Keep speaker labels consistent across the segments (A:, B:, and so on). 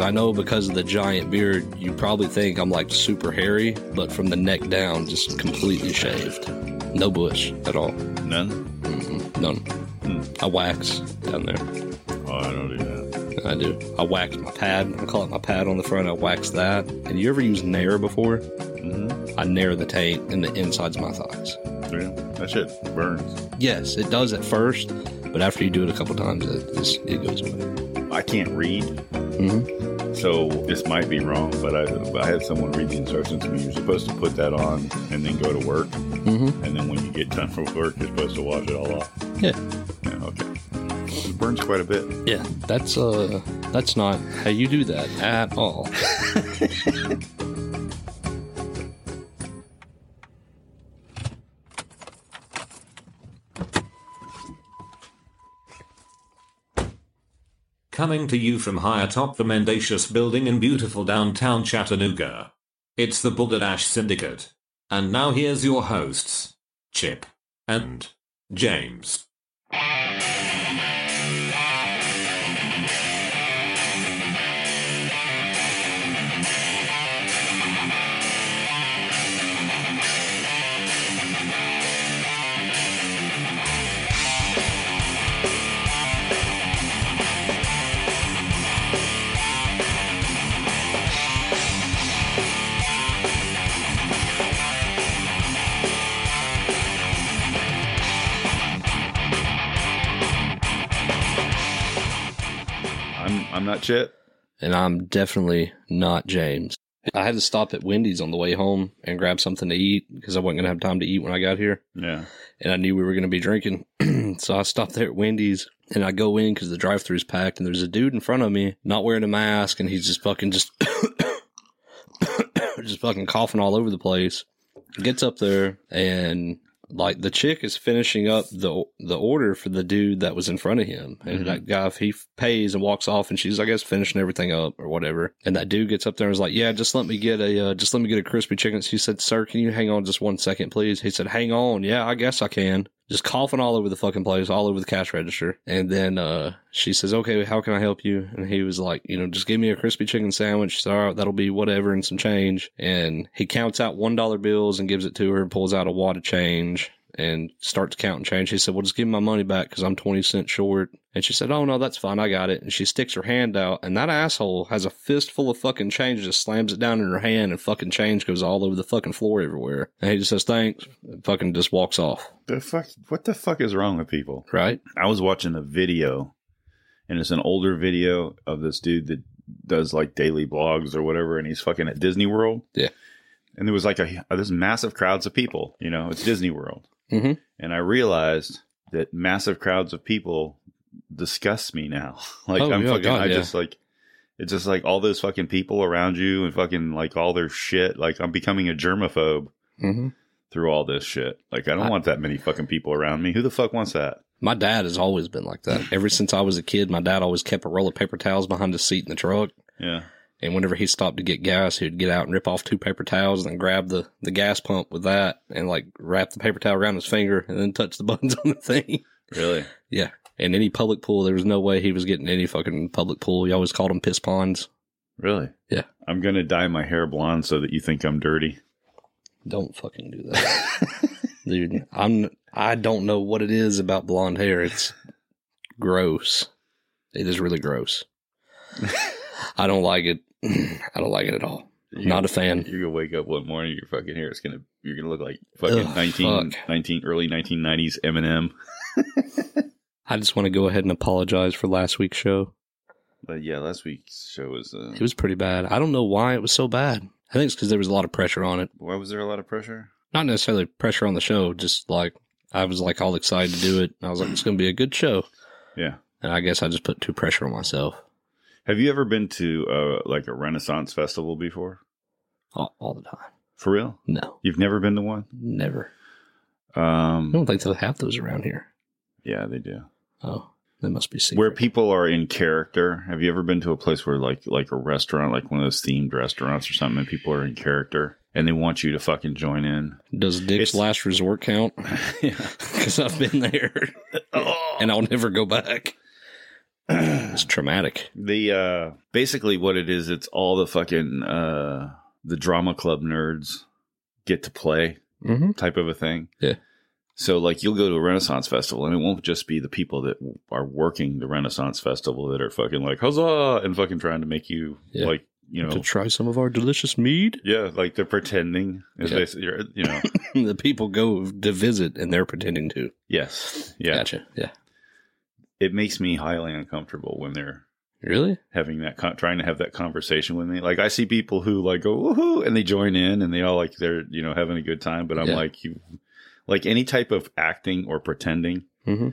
A: I know because of the giant beard, you probably think I'm like super hairy, but from the neck down, just completely shaved. No bush at all.
B: None?
A: None. I wax down there.
B: Oh, I don't do that.
A: I do. I wax my pad. I call it my pad on the front. I wax that. And you ever used Nair before?
B: Mm-hmm.
A: I Nair the taint in the insides of my thighs.
B: Yeah. That shit burns.
A: Yes, it does at first, but after you do it a couple times, it, just, it goes away.
B: I can't read,
A: Mm-hmm.
B: so this might be wrong, but I, I had someone read the instructions to me. You're supposed to put that on and then go to work.
A: Mm-hmm.
B: And then when you get done from work, you're supposed to wash it all off.
A: Yeah.
B: Yeah, okay. It burns quite a bit.
A: Yeah, that's uh, that's not how you do that at all.
C: Coming to you from high atop the mendacious building in beautiful downtown Chattanooga. It's the Bullet Ash Syndicate. And now here's your hosts, Chip and James.
B: I'm I'm not shit.
A: And I'm definitely not James. I had to stop at Wendy's on the way home and grab something to eat because I wasn't gonna have time to eat when I got here,
B: Yeah.
A: and I knew we were gonna be drinking, so I stopped there at Wendy's. And I go in because the drive-thru's packed, and there's a dude in front of me not wearing a mask, and he's just fucking just just fucking coughing all over the place. Gets up there and like the chick is finishing up the the order for the dude that was in front of him, and
B: Mhm.
A: that guy if he f- pays and walks off, and she's I guess finishing everything up or whatever. And that dude gets up there and is like, "Yeah, just let me get a uh, just let me get a crispy chicken." She said, "Sir, can you hang on just one second, please?" He said, "Hang on, yeah, I guess I can." Just coughing all over the fucking place, all over the cash register, and then uh, she says, "Okay, how can I help you?" And he was like, "You know, just give me a crispy chicken sandwich." She said, "All right, that'll be whatever and some change." And he counts out one dollar bills and gives it to her and pulls out a wad of change and starts counting change. He said, "Well, just give me my money back because I'm twenty cents short." And she said, "Oh no, that's fine, I got it." And she sticks her hand out, and that asshole has a fistful of fucking change, just slams it down in her hand, and fucking change goes all over the fucking floor everywhere. And he just says, "Thanks," and fucking just walks off.
B: The fuck what the fuck is wrong with people?
A: Right?
B: I was watching a video and it's an older video of this dude that does like daily blogs or whatever and he's fucking at Disney World.
A: Yeah.
B: And there was like a uh, this massive crowds of people, you know, it's Disney World.
A: Mhm.
B: And I realized that massive crowds of people disgust me now. Like
A: Oh,
B: I'm
A: yeah,
B: fucking
A: God,
B: I
A: yeah.
B: just like it's just like all those fucking people around you and fucking like all their shit. Like I'm becoming a germaphobe
A: Mm-hmm.
B: through all this shit. Like I don't
A: I-
B: want that many fucking people around me. Who the fuck wants that?
A: My dad has always been like that. Ever since I was a kid, my dad always kept a roll of paper towels behind his seat in the truck.
B: Yeah.
A: And whenever he stopped to get gas, he'd get out and rip off two paper towels and then grab the, the gas pump with that and like wrap the paper towel around his finger and then touch the buttons on the thing.
B: Really?
A: And any public pool, there was no way he was getting any fucking public pool. You always called them piss ponds.
B: Really?
A: Yeah.
B: I'm gonna dye my hair blonde so that you think I'm dirty.
A: Don't fucking do that. Dude, I'm, I don't know what it is about blonde hair. It's gross. It is really gross. I don't like it. I don't like it at all.
B: You-
A: Not a fan.
B: You're gonna wake up one morning, your fucking hair is gonna you're gonna look like fucking
A: Ugh,
B: 19,
A: fuck.
B: 19 early nineteen nineties Eminem.
A: I just want to go ahead and apologize for last week's show.
B: But yeah, last week's show was uh,
A: It was pretty bad. I don't know why it was so bad. I think it's because there was a lot of pressure on it.
B: why was there a lot of pressure?
A: Not necessarily pressure on the show, just like I was like all excited to do it. And I was like, it's going to be a good show.
B: Yeah.
A: And I guess I just put too pressure on myself
B: Have you ever been to uh like a Renaissance festival before?
A: all, all the time.
B: For real?
A: No,
B: You've never been to one?
A: never. I
B: Um
A: don't think they'll have those around here.
B: Yeah, they do.
A: Oh, they must be secret.
B: Where people are in character. Have you ever been to a place where like like a restaurant, like one of those themed restaurants or something, and people are in character and they want you to fucking join in?
A: Does Dick's
B: It's-
A: Last Resort count? Because I've been there
B: Oh.
A: and I'll never go back. It's traumatic.
B: the uh basically what it is it's all the fucking uh the drama club nerds get to play
A: Mm-hmm.
B: type of a thing
A: Yeah.
B: so like you'll go to a renaissance festival and it won't just be the people that are working the renaissance festival that are fucking like huzzah and fucking trying to make you
A: Yeah.
B: like you know
A: To try some of our delicious mead,
B: yeah like they're pretending is
A: Yeah.
B: basically you're- you know
A: the people go to visit and they're pretending to.
B: yes yeah
A: Gotcha. Yeah.
B: it makes me highly uncomfortable when they're
A: Really?
B: having that con- trying to have that conversation with me like i see people who like go woohoo and they join in and they all like they're you know having a good time but i'm
A: Yeah.
B: like you like any type of acting or pretending
A: Mm-hmm.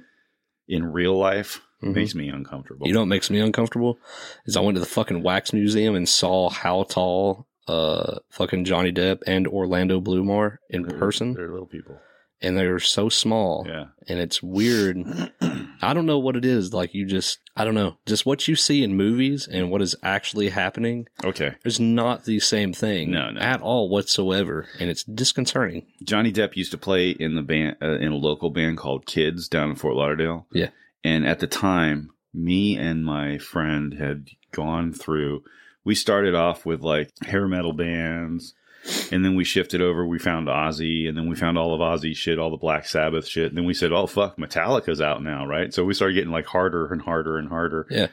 B: in real life
A: Mhm.
B: makes me uncomfortable
A: You know what makes me uncomfortable? Is I went to the fucking wax museum and saw how tall uh fucking Johnny Depp and Orlando Bloom are in
B: They're-
A: person. Oh.
B: they're little people
A: and they're so small.
B: Mm-hmm. yeah
A: And it's weird. I don't know what it is. Like you just I don't know. Just what you see in movies and what is actually happening
B: okay
A: is not the same thing.
B: No, no.
A: At all whatsoever. And it's disconcerting.
B: johnny depp used to play in the band uh, in a local band called kids down in fort lauderdale
A: Yeah.
B: and at the time me and my friend had gone through we started off with like hair metal bands and then we shifted over we found ozzy and then we found all of ozzy shit all the black sabbath shit and then we said oh fuck metallica's out now right so we started getting like harder and harder and harder
A: Yeah.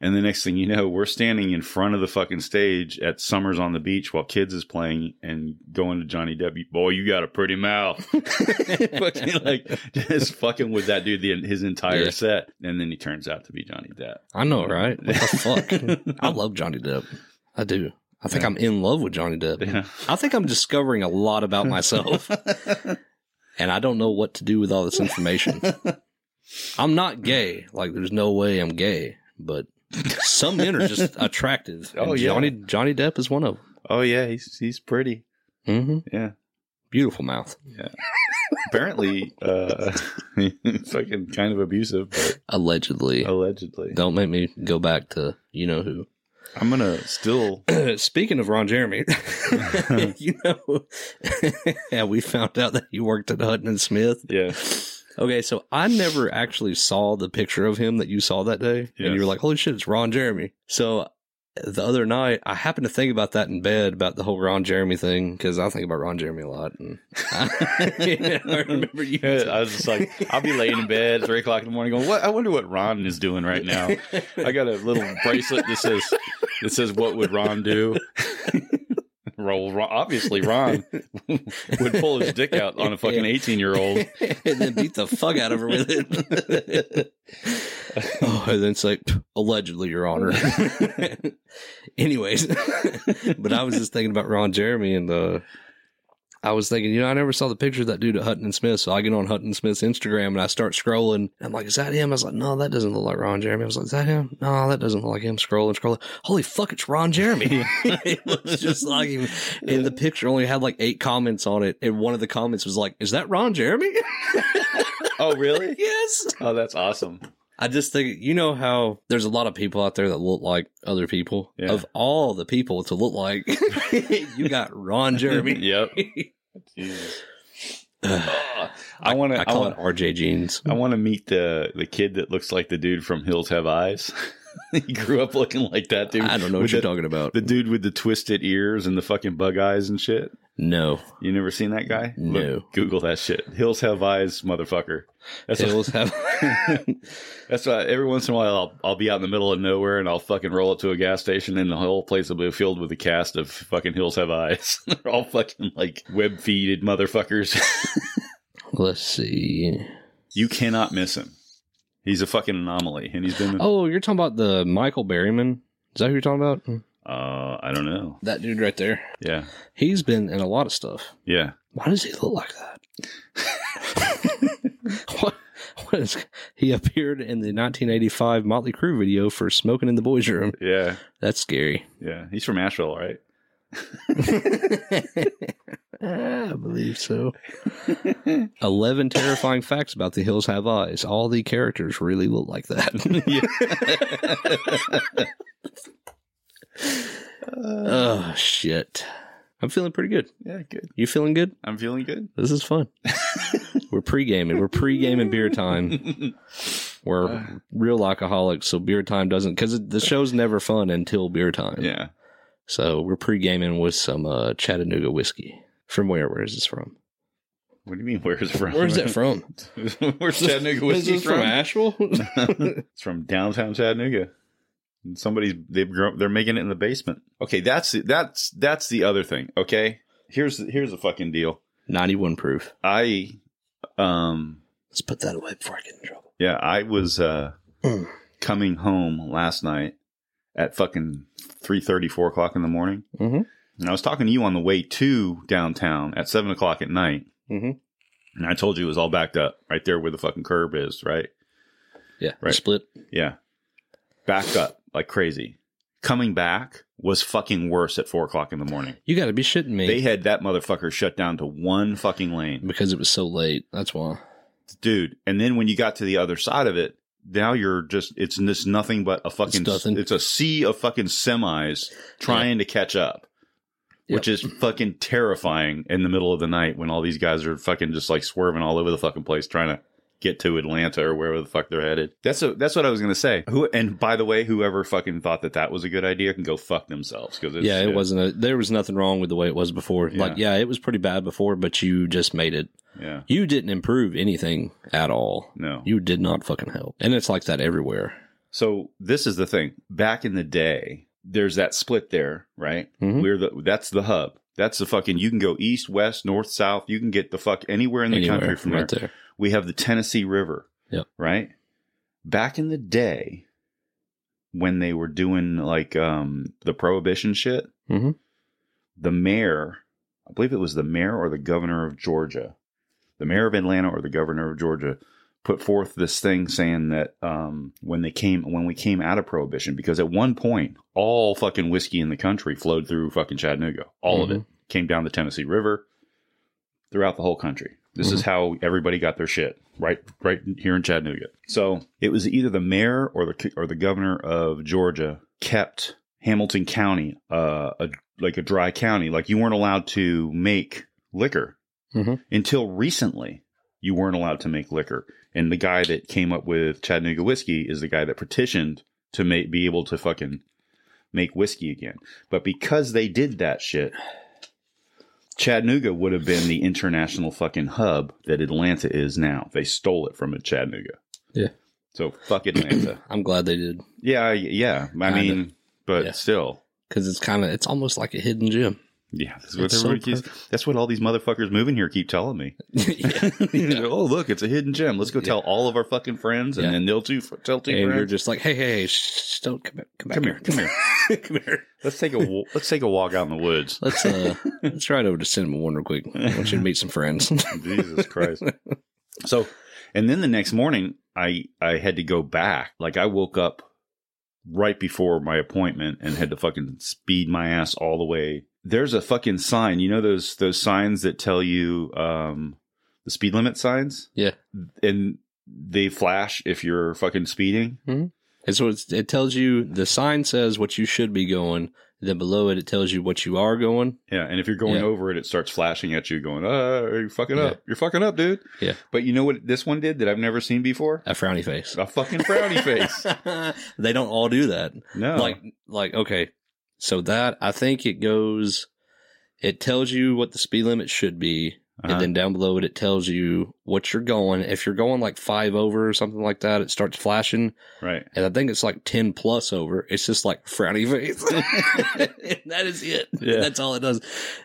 B: and the next thing you know we're standing in front of the fucking stage at summers on the beach while kids is playing and going to johnny depp boy you got a pretty mouth fucking like just fucking with that dude the, his entire
A: Yeah.
B: set and then he turns out to be johnny depp
A: I know, right? What the fuck? I love Johnny Depp. I do. I think
B: Yeah.
A: I'm in love with Johnny Depp.
B: Yeah.
A: I think I'm discovering a lot about myself, and I don't know what to do with all this information. I'm not gay. Like, there's no way I'm gay, but some men are just attractive.
B: Oh,
A: and
B: yeah.
A: Johnny Johnny Depp is one of
B: oh yeah he's he's pretty
A: them. hmm
B: yeah
A: Beautiful mouth.
B: apparently uh fucking kind of abusive but
A: Allegedly.
B: allegedly
A: Don't make me go back to you know who.
B: i'm gonna still
A: Speaking of Ron Jeremy, you know, yeah, we found out that he worked at Hutton and Smith.
B: yeah
A: Okay, so I never actually saw the picture of him that you saw that day, and
B: Yes.
A: you were like, "Holy shit, it's Ron Jeremy." So the other night, I happened to think about that in bed about the whole Ron Jeremy thing because I think about Ron Jeremy a lot, and I, I remember you.
B: Yeah, I was just like, I'll be laying in bed at three o'clock in the morning, going, "What? I wonder what Ron is doing right now." I got a little bracelet that says, "That says what would Ron do?" Roll, Ron, obviously, Ron would pull his dick out on a fucking eighteen-year-old.
A: and then beat the fuck out of her with it. oh, and then it's like allegedly, Your Honor. Anyways, but I was just thinking about Ron Jeremy and the. I was thinking, you know, I never saw the picture of that dude at Hutton and Smith. So I get on Hutton and Smith's Instagram and I start scrolling. And I'm like, is that him? I was like, no, that doesn't look like Ron Jeremy. I was like, is that him? No, that doesn't look like him. Scrolling, scrolling. Holy fuck, it's Ron Jeremy. it was just like him. And the picture only had like eight comments on it. And one of the comments was like, is that Ron Jeremy?
B: Oh, really?
A: yes.
B: Oh, that's awesome.
A: I just think you know how there's a lot of people out there that look like other people.
B: Yeah.
A: Of all the people to look like, you got Ron Jeremy.
B: yep. Jesus. Oh, I want
A: I
B: to. I
A: call
B: want.
A: it RJ jeans.
B: I want to meet the the kid that looks like the dude from Hills Have Eyes. he grew up looking like that dude.
A: I don't know
B: with
A: what you're
B: the-
A: talking about.
B: The dude with the twisted ears and the fucking bug eyes and shit.
A: no,
B: You never seen that guy?
A: No.
B: Google that shit. Hills have eyes, motherfucker. That's
A: Hills have.
B: What, that's why every once in a while I'll I'll be out in the middle of nowhere and I'll fucking roll up to a gas station and the whole place will be filled with a cast of fucking Hills Have Eyes. They're all fucking like web feeded motherfuckers.
A: Let's see.
B: you cannot miss him. He's a fucking anomaly, and he's been.
A: Oh, you're talking about the Michael Berryman. Is that who you're talking about?
B: Uh, I don't know.
A: That dude right there.
B: Yeah,
A: He's been in a lot of stuff.
B: yeah.
A: Why does he look like that? what? What is? He appeared in the 1985 Motley Crue video for "Smoking in the Boys' Room."
B: Yeah,
A: That's scary.
B: yeah. He's from Asheville, right?
A: I believe so. 11 terrifying facts about The Hills Have Eyes. All the characters really look like that. oh, shit. I'm feeling pretty good.
B: yeah, good.
A: You feeling good?
B: I'm feeling good.
A: This is fun. We're pre gaming. We're pre gaming beer time. We're
B: Uh.
A: real alcoholics, so beer time doesn't because the show's never fun until beer time.
B: Yeah.
A: So we're pre gaming with some uh, Chattanooga whiskey. From where? Where is this from?
B: What do you mean? Where's it from?
A: Where's that from?
B: Where's Chattanooga whiskey
A: Is this
B: from?
A: Asheville?
B: it's from downtown Chattanooga. And Somebody's they've grown, they're making it in the basement. Okay, that's that's that's the other thing. Okay, here's here's the fucking deal.
A: Ninety-one proof.
B: I um
A: Let's put that away before I get in trouble.
B: Yeah, I was uh,
A: Mm.
B: coming home last night at fucking three thirty, four o'clock in the morning.
A: Mhm.
B: And I was talking to you on the way to downtown at 7 o'clock at night.
A: Mhm.
B: And I told you it was all backed up right there where the fucking curb is, right?
A: Yeah,
B: Right.
A: split.
B: Yeah. Backed up like crazy. Coming back was fucking worse at 4 o'clock in the morning.
A: You got to be shitting me
B: They had that motherfucker shut down to one fucking lane.
A: because it was so late. That's why.
B: dude. And then when you got to the other side of it, now you're just it's just nothing but a fucking
A: It's
B: it's,
A: nothing.
B: a sea of fucking semis trying to catch up. Which is fucking terrifying in the middle of the night when all these guys are fucking just like swerving all over the fucking place trying to get to Atlanta or wherever the fuck they're headed. That's a, that's what I was gonna say. Who and by the way, whoever fucking thought that that was a good idea can go fuck themselves because
A: yeah, it wasn't. A, there was nothing wrong with the way it was before. Like, yeah, it was pretty bad before, but you just made it.
B: Yeah,
A: You didn't improve anything at all.
B: no.
A: You did not fucking help, and it's like that everywhere.
B: So this is the thing. Back in the day, there's that split there, right?
A: Mhm.
B: We're the that's the hub. That's the fucking you can go east, west, north, south. You can get the fuck anywhere in the
A: Anywhere,
B: country from
A: right
B: there.
A: there.
B: We have the Tennessee River.
A: Yep.
B: Right? Back in the day when they were doing like um the prohibition shit,
A: Mhm.
B: the mayor, I believe it was the mayor or the governor of Georgia, the mayor of Atlanta or the governor of Georgia put forth this thing saying that um, when they came when we came out of prohibition because at one point all fucking whiskey in the country flowed through fucking Chattanooga all of it came down the Tennessee River throughout the whole country this is how everybody got their shit right right here in Chattanooga so it was either the mayor or the or the governor of Georgia kept Hamilton County uh, a like a dry county like you weren't allowed to make liquor
A: Mhm.
B: until recently you weren't allowed to make liquor. And the guy that came up with Chattanooga whiskey is the guy that petitioned to make, be able to fucking make whiskey again. But because they did that shit, Chattanooga would have been the international fucking hub that Atlanta is now. They stole it from Chattanooga.
A: Yeah.
B: So fuck Atlanta.
A: I'm glad they did
B: yeah, I- yeah.
A: Kinda.
B: I mean, but
A: Yeah.
B: still.
A: because it's kind of it's almost like a hidden gem.
B: Yeah, that's what
A: It's so
B: everybody keeps- That's what all these motherfuckers moving here keep telling me.
A: yeah.
B: oh, look, it's a hidden gem. Let's go tell all of our fucking friends, and
A: Yeah.
B: then they'll too, tell two
A: And you're
B: friends.
A: just like, hey, hey, hey shh, shh, don't come back, come back
B: Come here, come here.
A: here, come here.
B: Let's take a wa- let's take a walk out in the woods.
A: Let's uh, let's ride over to Cinema One real quick. I want you to meet some friends.
B: Jesus Christ. So, and then the next morning, I I had to go back. Like I woke up right before my appointment and had to fucking speed my ass all the way. There's a fucking sign. You know those those signs that tell you um the speed limit signs?
A: Yeah.
B: And they flash if you're fucking speeding.
A: And so it's, it tells you the sign says what you should be going. Then below it, it tells you what you are going.
B: Yeah, and if you're going
A: Yeah.
B: over it, it starts flashing at you, going, "Uh, you're fucking
A: Yeah.
B: up. You're fucking up, dude."
A: Yeah.
B: But you know what this one did that I've never seen before?
A: A frowny face.
B: A fucking frowny face.
A: they don't all do that.
B: No,
A: Like, like okay. So that I think it goes. It tells you what the speed limit should be,
B: Uh-huh.
A: and then down below it, it tells you what you're going. If you're going like five over or something like that, it starts flashing.
B: right.
A: And I think it's like ten plus over. It's just like frowny face. And that is it.
B: Yeah.
A: That's all it does.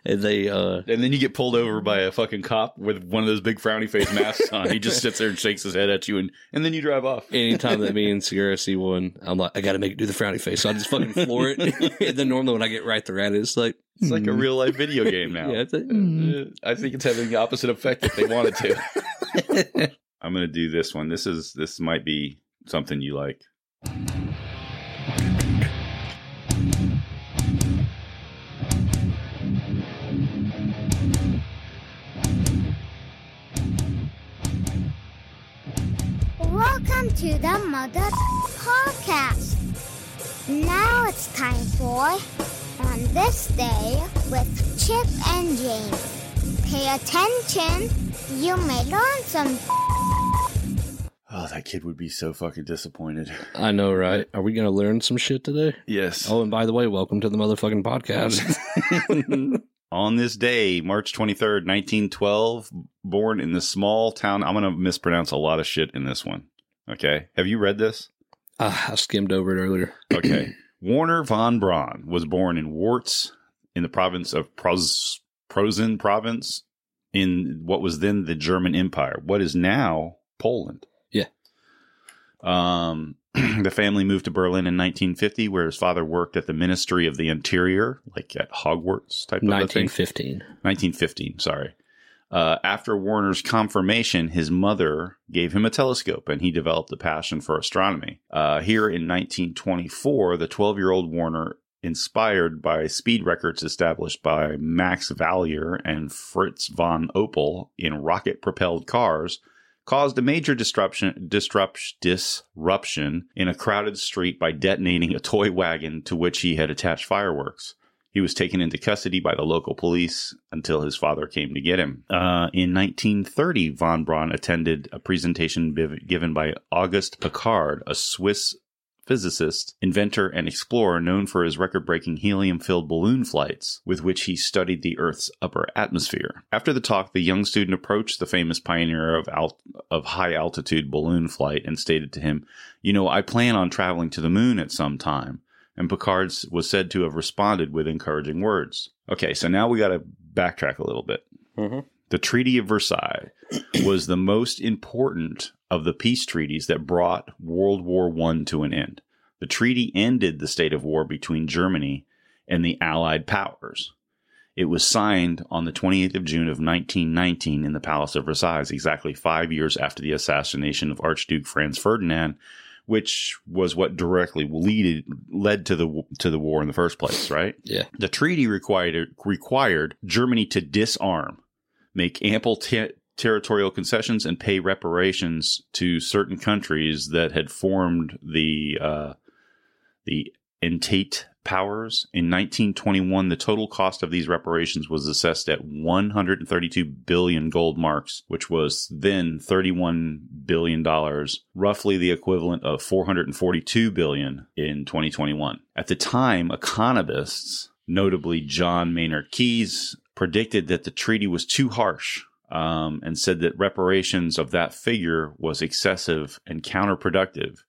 A: And they uh
B: And then you get pulled over by a fucking cop with one of those big frowny face masks on. He just sits there and shakes his head at you, and and then you drive off.
A: Anytime that me and Sierra see one, I'm like, I gotta make it do the frowny face. So I just fucking floor it. and then normally when I get right there at it, it's like
B: It's like a
A: "Hmm."
B: real life video game now.
A: Yeah, it's like,
B: Uh, I think it's having the opposite effect that they wanted to.
A: "Hmm."
B: I'm gonna do this one. This is this might be something you like.
D: Welcome to the Mother Podcast. Now it's time for On This Day with Chip and James. Pay attention, you may learn some.
B: Oh, Oh, that kid would be so fucking disappointed.
A: I know, right? Are we going to learn some shit today?
B: Yes.
A: Oh, and by the way, welcome to the motherfucking podcast.
B: On this day, March 23rd, 1912, born in the small town. I'm going to mispronounce a lot of shit in this one. Okay. Have you read this?
A: Ah, I skimmed over it earlier.
B: Okay. Warner von Braun was born in Wartz in the province of Pros- Prosen province in what was then the German Empire, what is now Poland.
A: Yeah.
B: Um, the family moved to Berlin in 1950, where his father worked at the Ministry of the Interior, like at Hogwarts type of a thing.
A: 1915.
B: 1915, sorry. Uh, after Warner's confirmation, his mother gave him a telescope and he developed a passion for astronomy. Uh, here in 1924, the 12 year old Warner, inspired by speed records established by Max Valier and Fritz von Opel in rocket propelled cars, caused a major disruption, disrupt, disruption in a crowded street by detonating a toy wagon to which he had attached fireworks. He was taken into custody by the local police until his father came to get him. Uh, in 1930, von Braun attended a presentation biv- given by August Piccard, a Swiss physicist, inventor, and explorer known for his record breaking helium filled balloon flights, with which he studied the Earth's upper atmosphere. After the talk, the young student approached the famous pioneer of, alt- of high altitude balloon flight and stated to him, You know, I plan on traveling to the moon at some time and Picard was said to have responded with encouraging words. Okay, so now we got to backtrack a little bit.
A: Mhm.
B: The Treaty of Versailles was the most important of the peace treaties that brought World War I to an end. The treaty ended the state of war between Germany and the Allied powers. It was signed on the 28th of June of 1919 in the Palace of Versailles, exactly five years after the assassination of Archduke Franz Ferdinand which was what directly leaded led to the to the war in the first place, right?
A: Yeah.
B: The treaty required required Germany to disarm, make ample te- territorial concessions, and pay reparations to certain countries that had formed the uh, the Entente powers. In 1921, the total cost of these reparations was assessed at 132 billion gold marks, which was then 31 billion dollars, roughly the equivalent of 442 billion in 2021. At the time, economists, notably John Maynard Keyes, predicted that the treaty was too harsh um, and said that reparations of that figure was excessive and counterproductive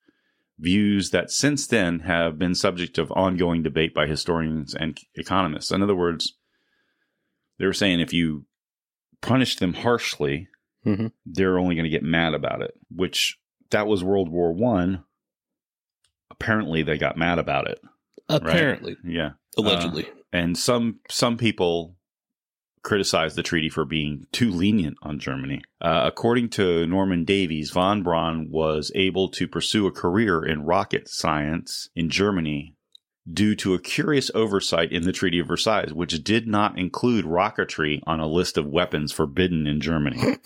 B: views that since then have been subject of ongoing debate by historians and economists. In other words, they were saying if you punish them harshly,
A: Mhm.
B: they're only going to get mad about it. Which that was World War One. Apparently, they got mad about it.
A: Apparently,
B: Yeah,
A: allegedly.
B: and some some people criticized the treaty for being too lenient on Germany. Uh, according to Norman Davies, von Braun was able to pursue a career in rocket science in Germany due to a curious oversight in the Treaty of Versailles, which did not include rocketry on a list of weapons forbidden in Germany.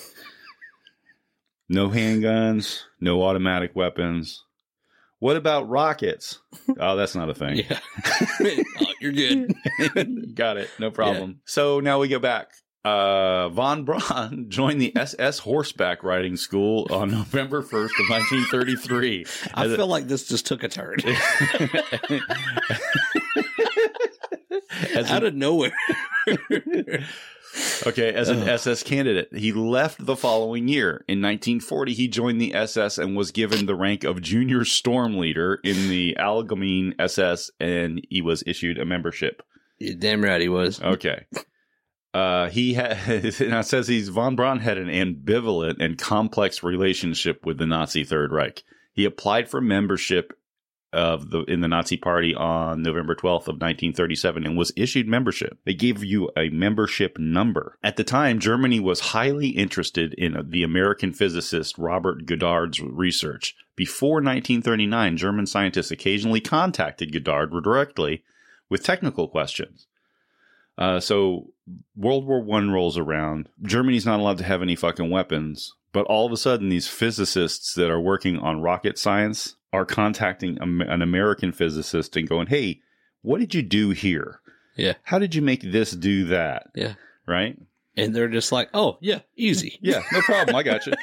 B: no handguns, no automatic weapons. What about rockets? Oh, that's not a thing.
A: yeah. Oh, you're good.
B: Got it. No problem. So now we go back. Uh, Von Braun joined the SS horseback riding school on November 1st of 1933.
A: I
B: As a-
A: feel like this just took a turn
B: as
A: out
B: an,
A: of nowhere.
B: okay, as an
A: Ugh.
B: SS candidate, he left the following year. In 1940, he joined the SS and was given the rank of junior storm leader in the Allgemeine SS, and he was issued a membership.
A: You're damn right he was.
B: Okay. Uh, he had, now it says he's von Braun had an ambivalent and complex relationship with the Nazi Third Reich. He applied for membership of the in the Nazi Party on November 12th of 1937 and was issued membership. They gave you a membership number. At the time, Germany was highly interested in uh, the American physicist Robert Goddard's research. Before 1939, German scientists occasionally contacted Goddard directly with technical questions. Uh, so World War One rolls around. Germany's not allowed to have any fucking weapons, but all of a sudden, these physicists that are working on rocket science are contacting a, an American physicist and going, "Hey, what did you do here?
A: Yeah.
B: how did you make this do that?
A: Yeah.
B: right.
A: And they're just like, oh, yeah, easy.
B: Yeah, no problem. I got you.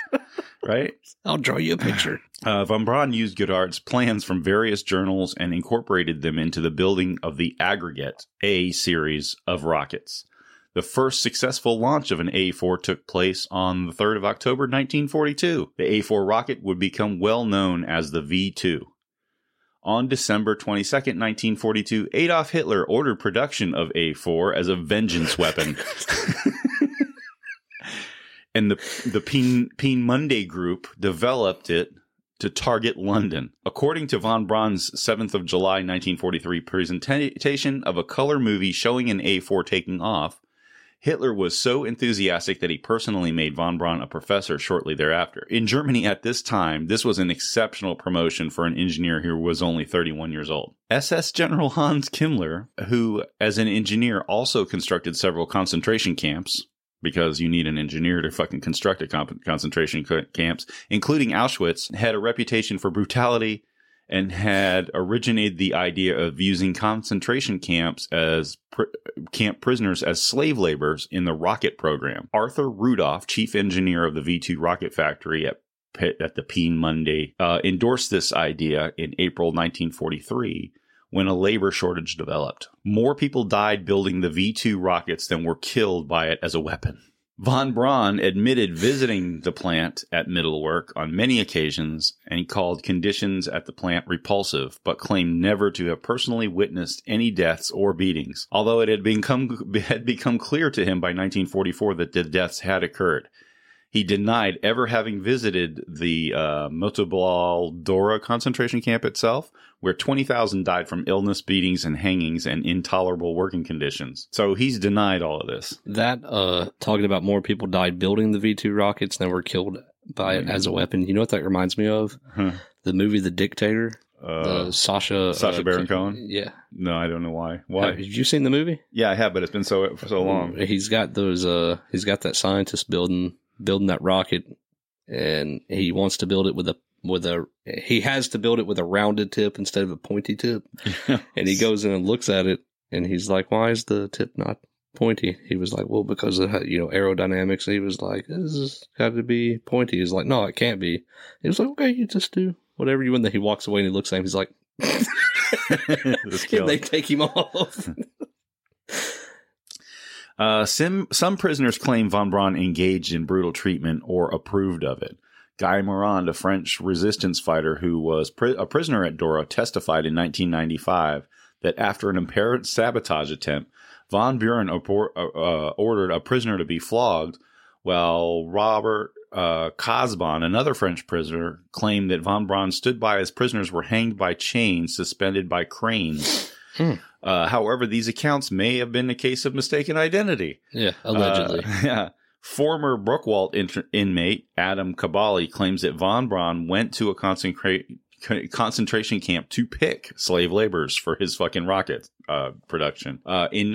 B: right?
A: I'll draw you a picture.
B: Uh, von Braun used Godard's plans from various journals and incorporated them into the building of the aggregate A series of rockets. The first successful launch of an A 4 took place on the 3rd of October 1942. The A 4 rocket would become well known as the V 2. On December 22, 1942, Adolf Hitler ordered production of A 4 as a vengeance weapon. and the, the Peen, Peen Monday group developed it to target London. According to von Braun's 7th of July 1943 presentation of a color movie showing an A4 taking off, Hitler was so enthusiastic that he personally made von Braun a professor shortly thereafter. In Germany at this time, this was an exceptional promotion for an engineer who was only 31 years old. SS General Hans Himmler, who as an engineer also constructed several concentration camps, because you need an engineer to fucking construct a comp- concentration c- camps, including Auschwitz, had a reputation for brutality and had originated the idea of using concentration camps as pr- camp prisoners as slave laborers in the rocket program. Arthur Rudolph, chief engineer of the V2 rocket factory at Pitt, at the Peen Monday, uh, endorsed this idea in April 1943 when a labor shortage developed. More people died building the V 2 rockets than were killed by it as a weapon. Von Braun admitted visiting the plant at Middlework on many occasions and called conditions at the plant repulsive, but claimed never to have personally witnessed any deaths or beatings, although it had become, had become clear to him by 1944 that the deaths had occurred. He denied ever having visited the uh, Motobaldora concentration camp itself, where 20,000 died from illness, beatings, and hangings and intolerable working conditions. So he's denied all of this.
A: That uh, talking about more people died building the V two rockets than were killed by it as a weapon. You know what that reminds me of?
B: Huh.
A: The movie The Dictator,
B: Uh,
A: the Sasha
B: Sacha
A: uh,
B: Baron Cohen?
A: Yeah,
B: no, I don't know why.
A: Why?
B: Why?
A: have you seen the movie?
B: yeah, I have, but it's been so for so long.
A: Mm, He's got those. Uh, he's got that scientist building building that rocket, and he wants to build it with a with a. He has to build it with a rounded tip instead of a pointy tip. And he goes in and looks at it, and he's like, "Why is the tip not pointy?" He was like, "Well, because of how- you know aerodynamics." And he was like, "This has got to be pointy." He's like, "No, it can't be." He was like, "Okay, you just do whatever you want." Then he walks away and he looks at him. He's like,
B: This
A: and "They take him off."
B: Uh, some, some prisoners claim von Braun engaged in brutal treatment or approved of it. Guy Morand, a French resistance fighter who was pri- a prisoner at Dora, testified in 1995 that after an apparent sabotage attempt, von Buren abor- uh, uh, ordered a prisoner to be flogged, while Robert uh, Cosbon, another French prisoner, claimed that von Braun stood by as prisoners were hanged by chains suspended by cranes.
A: Hmm.
B: Uh, however, these accounts may have been a case of mistaken identity.
A: yeah, allegedly.
B: Uh, yeah. Former Brookwald in- inmate Adam Kabali claims that von Braun went to a concentra- con- concentration camp to pick slave laborers for his fucking rocket uh, production. Uh, in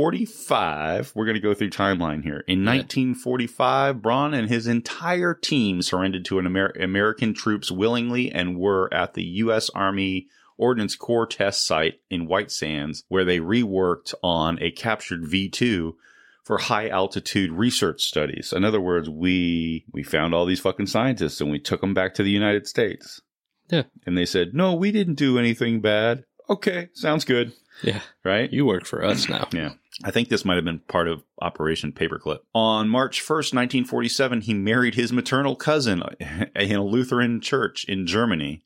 B: 1945, we're going to go through timeline here. In 1945, Braun and his entire team surrendered to an Amer- American troops willingly and were at the U.S. Army Ordnance Corps test site in White Sands, where they reworked on a captured V 2 for high altitude research studies. In other words, we we found all these fucking scientists and we took them back to the United States.
A: Yeah.
B: And they said, "No, we didn't do anything bad." Okay, sounds good,
A: yeah,
B: right?
A: you work for us now.
B: Yeah. I think this might have been part of Operation Paperclip. On March 1st, 1947, he married his maternal cousin in a Lutheran church in Germany.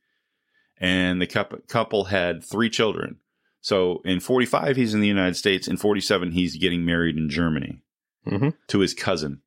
B: And the cup- couple had three children. So in 45, he's in the United States. In 47, he's getting married in Germany
A: hmm
B: to his cousin.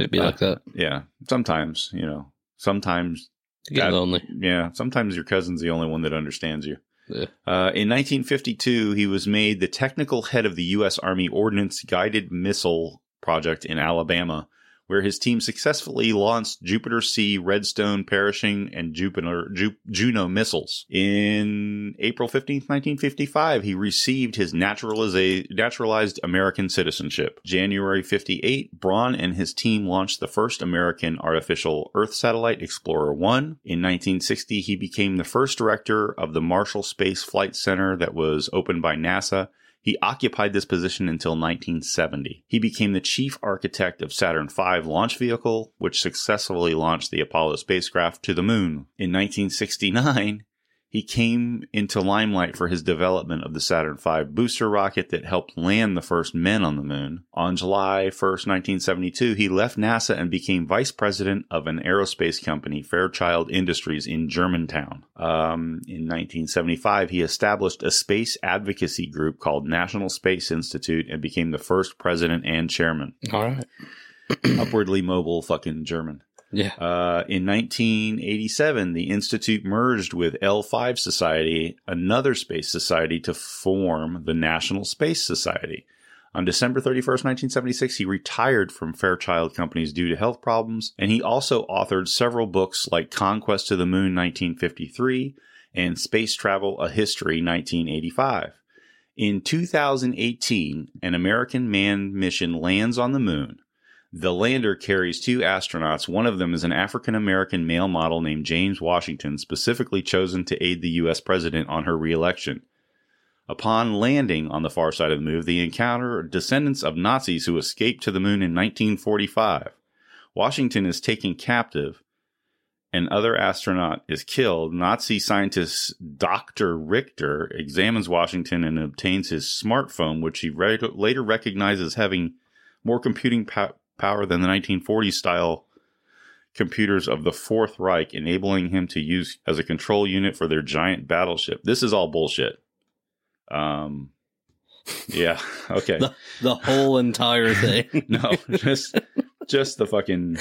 A: It'd be
B: Uh,
A: like that.
B: Yeah. Sometimes, you know, sometimes,
A: You get
B: that-
A: lonely.
B: yeah, sometimes your cousin's the only one that understands you.
A: Yeah.
B: Uh, in 1952, he was made the technical head of the U.S. Army Ordnance Guided Missile Project in Alabama, where his team successfully launched Jupiter C, Redstone, Perishing, and Jupiter, Ju- Juno missiles. In April 15, 1955, he received his naturaliza- naturalized American citizenship. January 58, Braun and his team launched the first American artificial Earth satellite, Explorer 1. In 1960, he became the first director of the Marshall Space Flight Center that was opened by NASA. He occupied this position until 1970. He became the chief architect of Saturn V launch vehicle, which successfully launched the Apollo spacecraft to the moon. In 1969, he came into limelight for his development of the Saturn V booster rocket that helped land the first men on the moon. On July 1st, 1972, he left NASA and became vice president of an aerospace company, Fairchild Industries, in Germantown. Um, in 1975, he established a space advocacy group called National Space Institute and became the first president and chairman.
A: All right.
B: Upwardly mobile fucking German.
A: Yeah.
B: Uh, in 1987, the Institute merged with L5 Society, another space society, to form the National Space Society. On December 31st, 1976, he retired from Fairchild Companies due to health problems, and he also authored several books like Conquest to the Moon 1953 and Space Travel A History 1985. In 2018, an American manned mission lands on the moon. The lander carries two astronauts. One of them is an African American male model named James Washington, specifically chosen to aid the U.S. president on her reelection. Upon landing on the far side of the moon, they encounter descendants of Nazis who escaped to the moon in 1945. Washington is taken captive. An other astronaut is killed. Nazi scientist Dr. Richter examines Washington and obtains his smartphone, which he re- later recognizes having more computing power power than the 1940s style computers of the Fourth Reich, enabling him to use as a control unit for their giant battleship. This is all bullshit. Um, yeah, okay,
A: The, the whole entire thing.
B: no, just just the fucking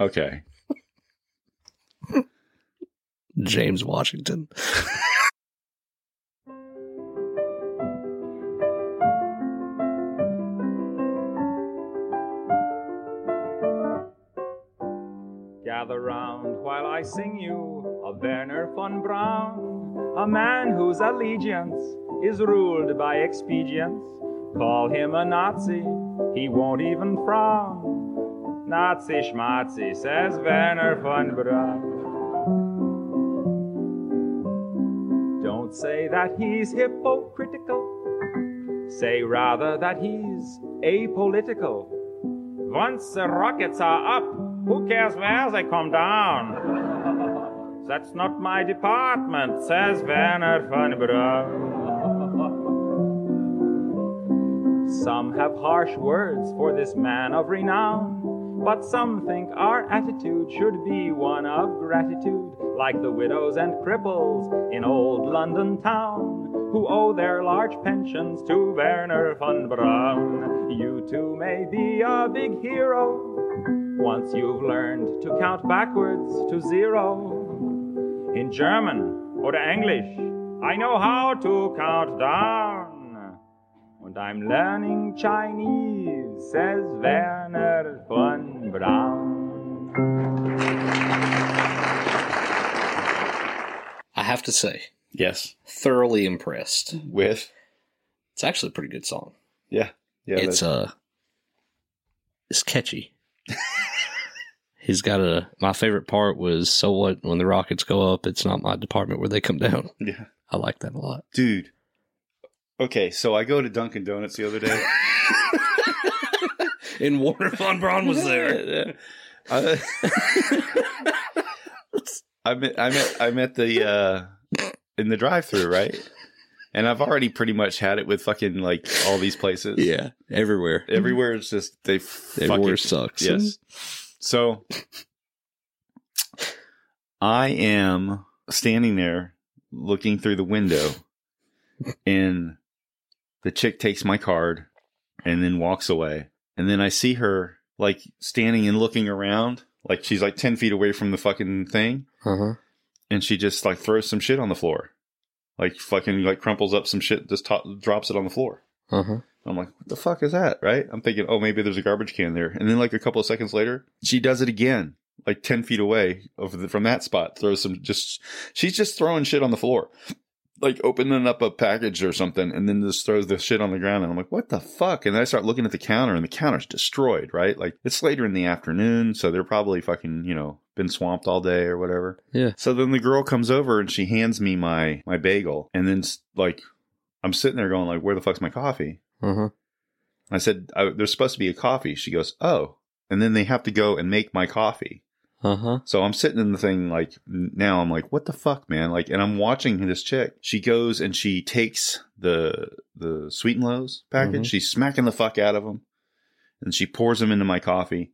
B: okay.
A: James Washington.
E: Gather round while I sing you of Werner von Braun, a man whose allegiance is ruled by expedience. Call him a Nazi, he won't even frown. Nazi schmatzi, says Werner von Braun. Don't say that he's hypocritical, say rather that he's apolitical. Once the rockets are up, who cares where they come down? That's not my department, says Werner von Braun. Some have harsh words for this man of renown, but some think our attitude should be one of gratitude, like the widows and cripples in old London town, who owe their large pensions to Werner von Braun. You too may be a big hero. Once you've learned to count backwards to zero in German or English, I know how to count down. And I'm learning Chinese, says Werner von Braun.
A: I have to say,
B: Yes,
A: thoroughly impressed.
B: with
A: It's actually a pretty good song.
B: yeah, yeah.
A: it's uh it's catchy. He's got a my favorite part was so what when the rockets go up, it's not my department where they come down.
B: yeah,
A: I like that a lot.
B: dude. Okay, so I go to Dunkin' Donuts the other day.
A: And Warner von Braun was there.
B: I, I met I met I met the uh, in the drive-through right, and I've already pretty much had it with fucking like all these places.
A: Yeah. Everywhere.
B: everywhere it's just they
A: Everywhere
B: fucking
A: sucks.
B: yes. So I am standing there looking through the window, and the chick takes my card and then walks away. And then I see her like standing and looking around, like she's like 10 feet away from the fucking thing.
A: Uh-huh.
B: And she just like throws some shit on the floor, like fucking like crumples up some shit, just to- drops it on the floor.
A: Uh-huh.
B: I'm like, what the fuck is that? Right? I'm thinking, oh, maybe there's a garbage can there. And then, like, a couple of seconds later, she does it again, like 10 feet away over the, from that spot. Throws some just, she's just throwing shit on the floor, like opening up a package or something, and then just throws the shit on the ground. And I'm like, what the fuck? And then I start looking at the counter, and the counter's destroyed, right? Like, it's later in the afternoon, so they're probably fucking, you know, been swamped all day or whatever.
A: Yeah.
B: So then the girl comes over and she hands me my my bagel and then s- like I'm sitting there going like, where the fuck's my coffee?
A: Uh-huh.
B: I said, I, there's supposed to be a coffee. She goes, oh, and then they have to go and make my coffee.
A: Uh-huh.
B: So I'm sitting in the thing like n- now I'm like, what the fuck, man? Like, and I'm watching this chick. She goes and she takes the the sweet and lows package.
A: Mhm.
B: She's smacking the fuck out of them, and she pours them into my coffee,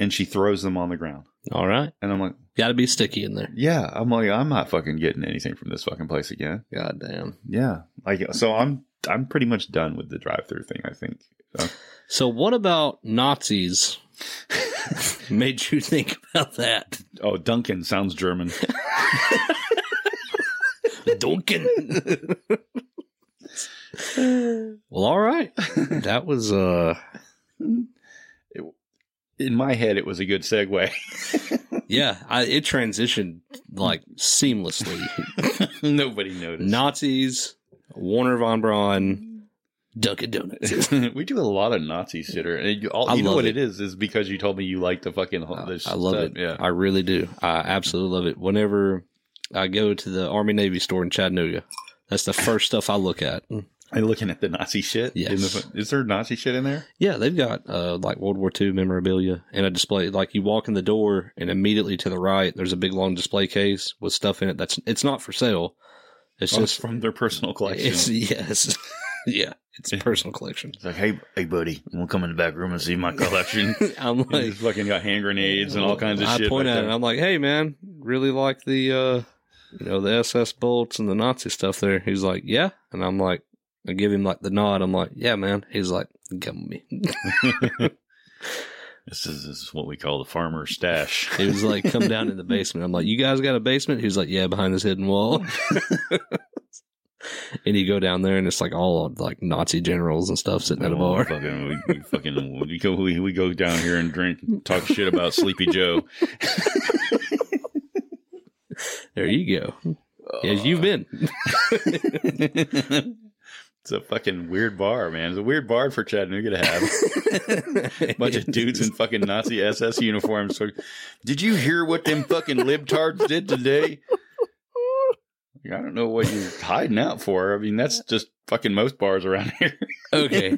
B: and she throws them on the ground.
A: All right.
B: And I'm like,
A: Got to be sticky in there.
B: yeah, I'm like, I'm not fucking getting anything from this fucking place again.
A: God damn.
B: Yeah, like so I'm I'm pretty much done with the drive through thing. I think. Uh,
A: So what about Nazis made you think about that?
B: oh, Duncan sounds German.
A: Duncan. well, all right. That was uh
B: in my head, it was a good segue.
A: yeah, I, it transitioned like seamlessly.
B: Nobody noticed.
A: Nazis, Warner von Braun, Dunkin' Donuts.
B: we do a lot of Nazi sitter, and you, all,
A: I
B: you know
A: love
B: what
A: it.
B: it is is because you told me you like the fucking. whole-
A: I
B: this
A: I love
B: stuff.
A: it.
B: Yeah,
A: I really do. I absolutely love it. Whenever I go to the Army Navy store in Chattanooga, that's the first stuff I look at.
B: I'm looking at the Nazi shit. in
A: Yes.
B: the- is there Nazi shit in there?
A: Yeah, they've got uh, like World War II memorabilia and a display. Like you walk in the door, and immediately to the right, there's a big long display case with stuff in it. That's it's not for sale. It's
B: Oh, it's
A: just
B: from their personal collection.
A: it's yes, yeah, it's a personal collection.
B: It's like, hey, hey, buddy, we'll come in the back room and see my collection.
A: I'm
B: And
A: like
B: it's fucking got hand grenades and all kinds of
A: I
B: shit.
A: point at
B: like
A: it. and
B: that.
A: I'm like, hey man, really like the uh, you know the SS bolts and the Nazi stuff there. He's like, yeah, and I'm like, I give him like the nod. I'm like, yeah, man. He's like, come with me.
B: This is, this is what we call the farmer stash.
A: He was like, come down in the basement. I'm like, you guys got a basement? He was like, yeah, behind this hidden wall. and you go down there and it's like all like Nazi generals and stuff sitting at a
B: Oh,
A: bar.
B: Fucking, we, we fucking we go we, we go down here and drink, talk shit about Sleepy Joe.
A: There you go. Yes, you've been.
B: it's a fucking weird bar, man. It's a weird bar for Chattanooga to have. Bunch of dudes in fucking Nazi SS uniforms. So, did you hear what them fucking libtards did today? I don't know what you're hiding out for. I mean, that's just fucking most bars around here.
A: Okay.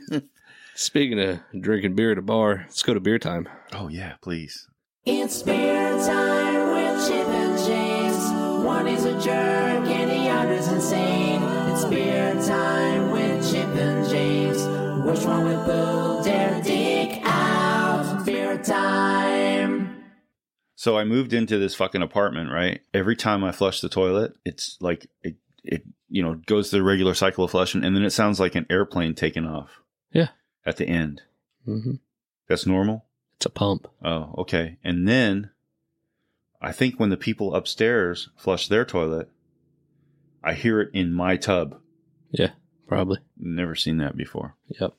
A: Speaking of drinking beer at a bar, let's go to beer time.
B: Oh yeah, please.
F: It's beer time with Chip and James. One is a jerk and the other's insane. It's beer time with Chip and James. Which one will pull their dick out? Beer time.
B: So I moved into this fucking apartment, right? Every time I flush the toilet, it's like it, it you know, goes through the regular cycle of flushing, and then it sounds like an airplane taking off.
A: Yeah.
B: At the end.
A: Mm-hmm.
B: That's normal.
A: It's a pump.
B: Oh, okay. And then I think when the people upstairs flush their toilet, I hear it in my tub.
A: Yeah, probably.
B: Never seen that before.
A: Yep.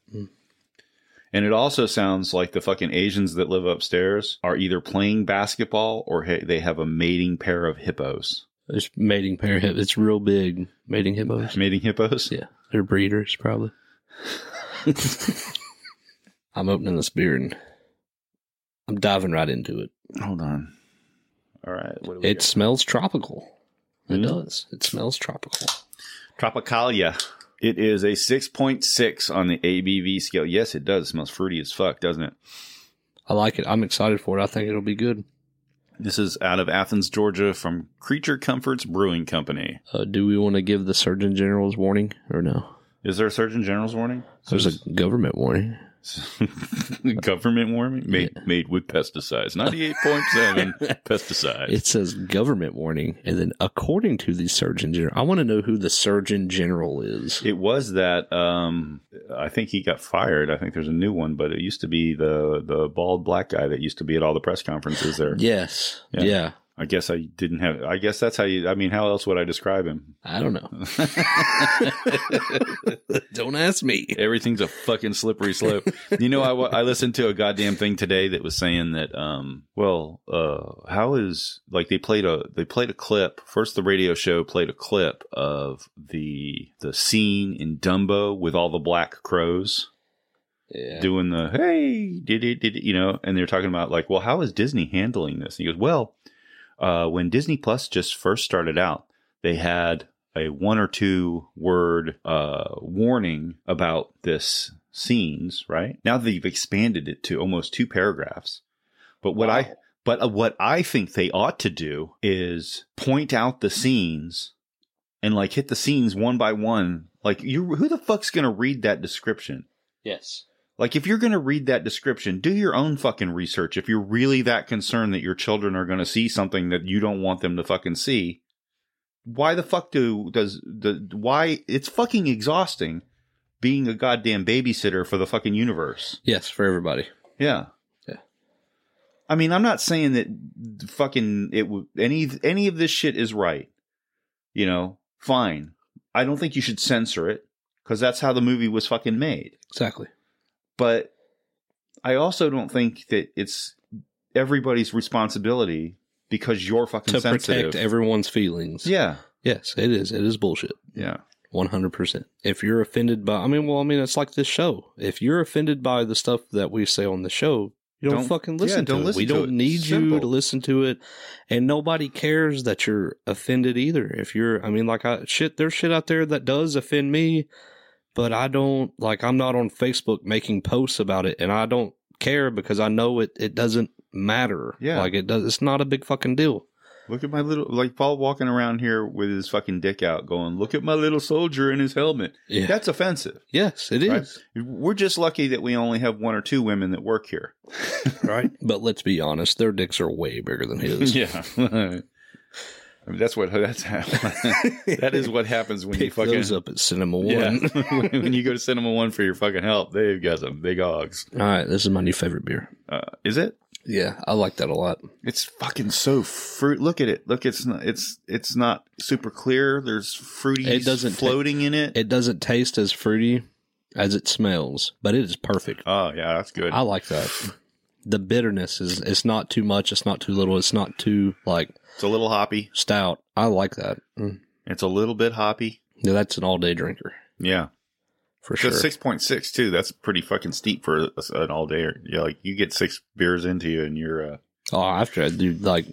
B: And it also sounds like the fucking Asians that live upstairs are either playing basketball or ha- they have a mating pair of hippos.
A: It's mating pair. hip- It's real big mating hippos.
B: Mating hippos?
A: Yeah. They're breeders, probably. I'm opening this beer and I'm diving right into it.
B: Hold on. All right. What do we
A: It smells tropical. It
B: Mm.
A: does. It smells tropical.
B: got? Tropicalia. It is a 6.6 on the ABV scale. Yes, it does. It smells fruity as fuck, doesn't it?
A: I like it. I'm excited for it. I think it'll be good.
B: This is out of Athens, Georgia from Creature Comforts Brewing Company.
A: Uh, do we want to give the Surgeon General's warning or no?
B: Is there a Surgeon General's warning?
A: There's a government warning.
B: government warning made, made with pesticides. 98.7 pesticides.
A: It says government warning, and then according to the Surgeon General, I want to know who the Surgeon General is.
B: It was that um, I think he got fired. I think there's a new one, but it used to be the the bald black guy that used to be at all the press conferences there.
A: Yes.
B: Yeah.
A: yeah.
B: I guess I didn't have. I guess that's how you. I mean, how else would I describe him?
A: I don't know. Don't ask me.
B: Everything's a fucking slippery slope. you know, I, wa- I listened to a goddamn thing today that was saying that. Um, well, uh, how is like they played a they played a clip first. The radio show played a clip of the the scene in Dumbo with all the black crows.
A: Yeah.
B: doing the hey did it did it you know and they're talking about like well how is disney handling this and he goes well uh, when disney plus just first started out they had a one or two word uh, warning about this scenes, right? Now they've expanded it to almost two paragraphs. But what I but uh, what I think they ought to do is point out the scenes and like hit the scenes one by one. Like you who the fuck's going to read that description?
A: Yes.
B: Like if you're going to read that description, do your own fucking research. If you're really that concerned that your children are going to see something that you don't want them to fucking see, why the fuck do does the why it's fucking exhausting being a goddamn babysitter for the fucking universe.
A: Yes, for everybody.
B: Yeah.
A: Yeah.
B: I mean, I'm not saying that fucking it would any any of this shit is right. You know, fine. I don't think you should censor it cuz that's how the movie was fucking made.
A: Exactly.
B: But I also don't think that it's everybody's responsibility because you're fucking
A: To
B: sensitive.
A: protect everyone's feelings.
B: yeah.
A: Yes, it is. It is bullshit.
B: Yeah.
A: 100%. If you're offended by, I mean, well, I mean, it's like this show. If you're offended by the stuff that we say on the show, you don't,
B: Don't-
A: fucking
B: yeah,
A: listen to
B: don't
A: it.
B: listen
A: we
B: to
A: don't
B: it.
A: need you
B: Simple.
A: to listen to it. And nobody cares that you're offended either. If you're, I mean, like, I, shit, there's shit out there that does offend me, but I don't, like, I'm not on Facebook making posts about it and I don't care because I know it, it doesn't matter.
B: Yeah.
A: Like, it does, it's not a big fucking deal.
B: Look at my little like Paul walking around here with his fucking dick out going, "Look at my little soldier in his helmet."
A: Yeah.
B: That's offensive.
A: yes, it is.
B: Right. We're just lucky that we only have one or two women that work here.
A: right? But let's be honest, their dicks are way bigger than his.
B: yeah. I mean, that's what that's how, that is what happens when you
A: Pick
B: fucking
A: those up at Cinema One.
B: yeah when you go to Cinema One for your fucking help. They've got some big hogs.
A: All right, this is my new favorite beer.
B: Uh, is it?
A: Yeah, I like that a lot.
B: It's fucking so fruit. Look at it. Look, it's not. It's it's not super clear. There's fruity.
A: It doesn't ta-
B: floating in it.
A: It doesn't taste as fruity as it smells, but it is perfect.
B: Oh yeah, that's good.
A: I like that. The bitterness is it's not too much, it's not too little, it's not too like
B: It's a little hoppy.
A: stout. I like that. Mm.
B: It's a little bit hoppy.
A: Yeah, that's an all day drinker
B: Yeah,
A: for
B: so
A: sure.
B: six point six too. That's pretty fucking steep for a- an all day. Yeah, like you get six beers into you, and you're uh,
A: oh, after I do like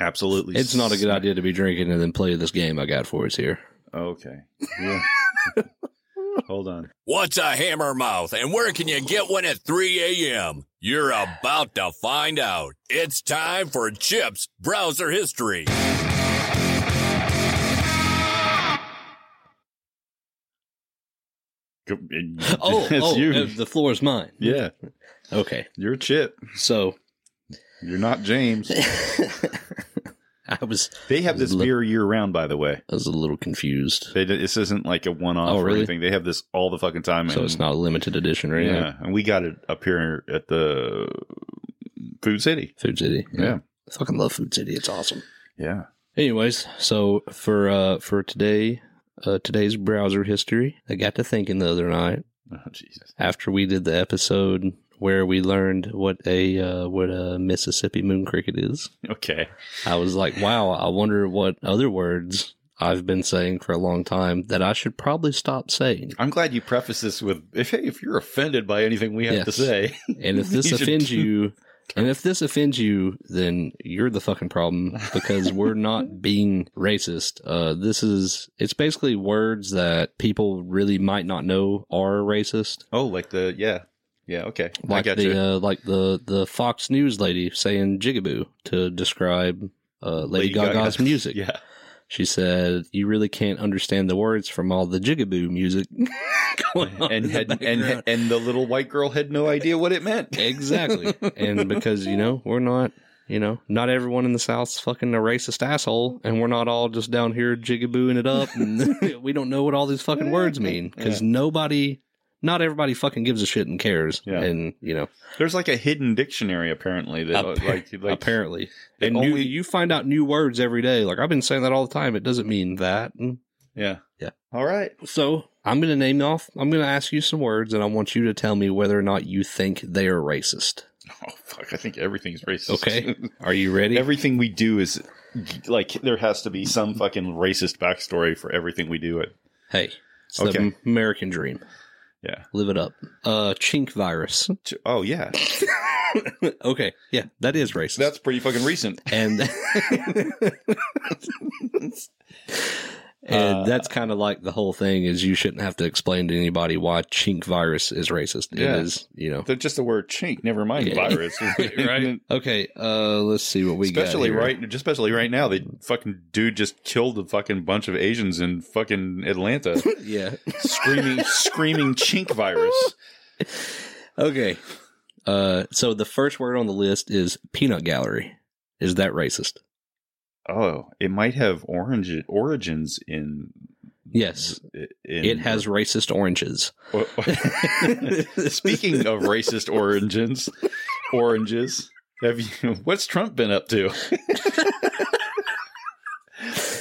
B: absolutely.
A: it's not a good idea to be drinking and then play this game I got for us here.
B: Okay. Yeah. Hold on.
G: What's a hammer mouth and where can you get one at 3 a.m.? You're about to find out. It's time for Chip's Browser History.
B: Go-
A: Oh,
B: it's
A: oh
B: you.
A: uh, the floor is mine.
B: yeah,
A: Okay.
B: you're Chip.
A: So
B: You're not James.
A: I was
B: They have this
A: Look.
B: beer year round, by the way.
A: I was a little confused.
B: They, d- this isn't like a one off
A: Oh,
B: or
A: really?
B: anything. They have this all the fucking time.
A: So
B: and-
A: it's not a limited edition or anything.
B: Yeah, and we got it up here at the Food City.
A: Food City.
B: Yeah.
A: I fucking love Food City. It's awesome.
B: Yeah.
A: Anyways, so for uh for today uh today's browser history, I got to thinking the other night
B: Oh, Jesus.
A: after we did the episode where we learned what a uh, what a Mississippi moon cricket is.
B: Okay.
A: I was like, wow, I wonder what other words I've been saying for a long time that I should probably stop saying.
B: I'm glad you preface this with if hey, if you're offended by anything we have
A: Yes.
B: to say,
A: And if this
B: You should-
A: offends you, and if this offends you, then you're the fucking problem because we're not being racist. Uh, this is it's basically words that people really might not know are racist.
B: oh, like the yeah, yeah, okay, I
A: Like
B: got
A: the
B: you.
A: uh, like the the Fox News lady saying "jigaboo" to describe uh, Lady, Gaga's music.
B: yeah,
A: She said, "You really can't understand the words from all the jigaboo music going on in
B: and
A: Oh, the
B: had,
A: background."
B: and and the little white girl had no idea what it meant.
A: Exactly. and because, you know, we're not, you know, not everyone in the South's fucking a racist asshole, and we're not all just down here jigabooing it up, and we don't know what all these fucking words mean because nobody, not everybody fucking gives a shit and cares.
B: Yeah.
A: And, you know,
B: There's like a hidden dictionary apparently that
A: appar-
B: like like
A: apparently.
B: that
A: And you,
B: only-
A: you find out new words every day. Like, I've been saying that all the time. It doesn't mean that. And
B: yeah
A: Yeah.
B: All right,
A: so I'm going to name off, I'm going to ask you some words, and I want you to tell me whether or not you think they are racist.
B: oh fuck, I think everything's racist.
A: Okay. Are you ready?
B: everything we do is like there has to be some fucking racist backstory for everything we do. It
A: Hey, it's
B: Okay.
A: the M- American dream.
B: yeah.
A: Live it up. Uh, chink virus.
B: Oh yeah,
A: okay, yeah, that is racist.
B: that's pretty fucking recent.
A: and And
B: Uh,
A: that's kind of like the whole thing is you shouldn't have to explain to anybody why chink virus is racist.
B: Yeah.
A: It is, you know.
B: They're just the word chink, never mind
A: Yeah.
B: virus.
A: Right. Okay, uh let's see what we got.
B: especially
A: here.
B: right especially right now they fucking dude just killed a fucking bunch of asians in fucking atlanta
A: Yeah.
B: screaming screaming chink virus
A: Okay. Uh so the first word on the list is peanut gallery. Is that racist?
B: oh it might have orange origins in
A: Yes.
B: in,
A: It has racist oranges.
B: speaking of racist origins oranges have you what's trump been up to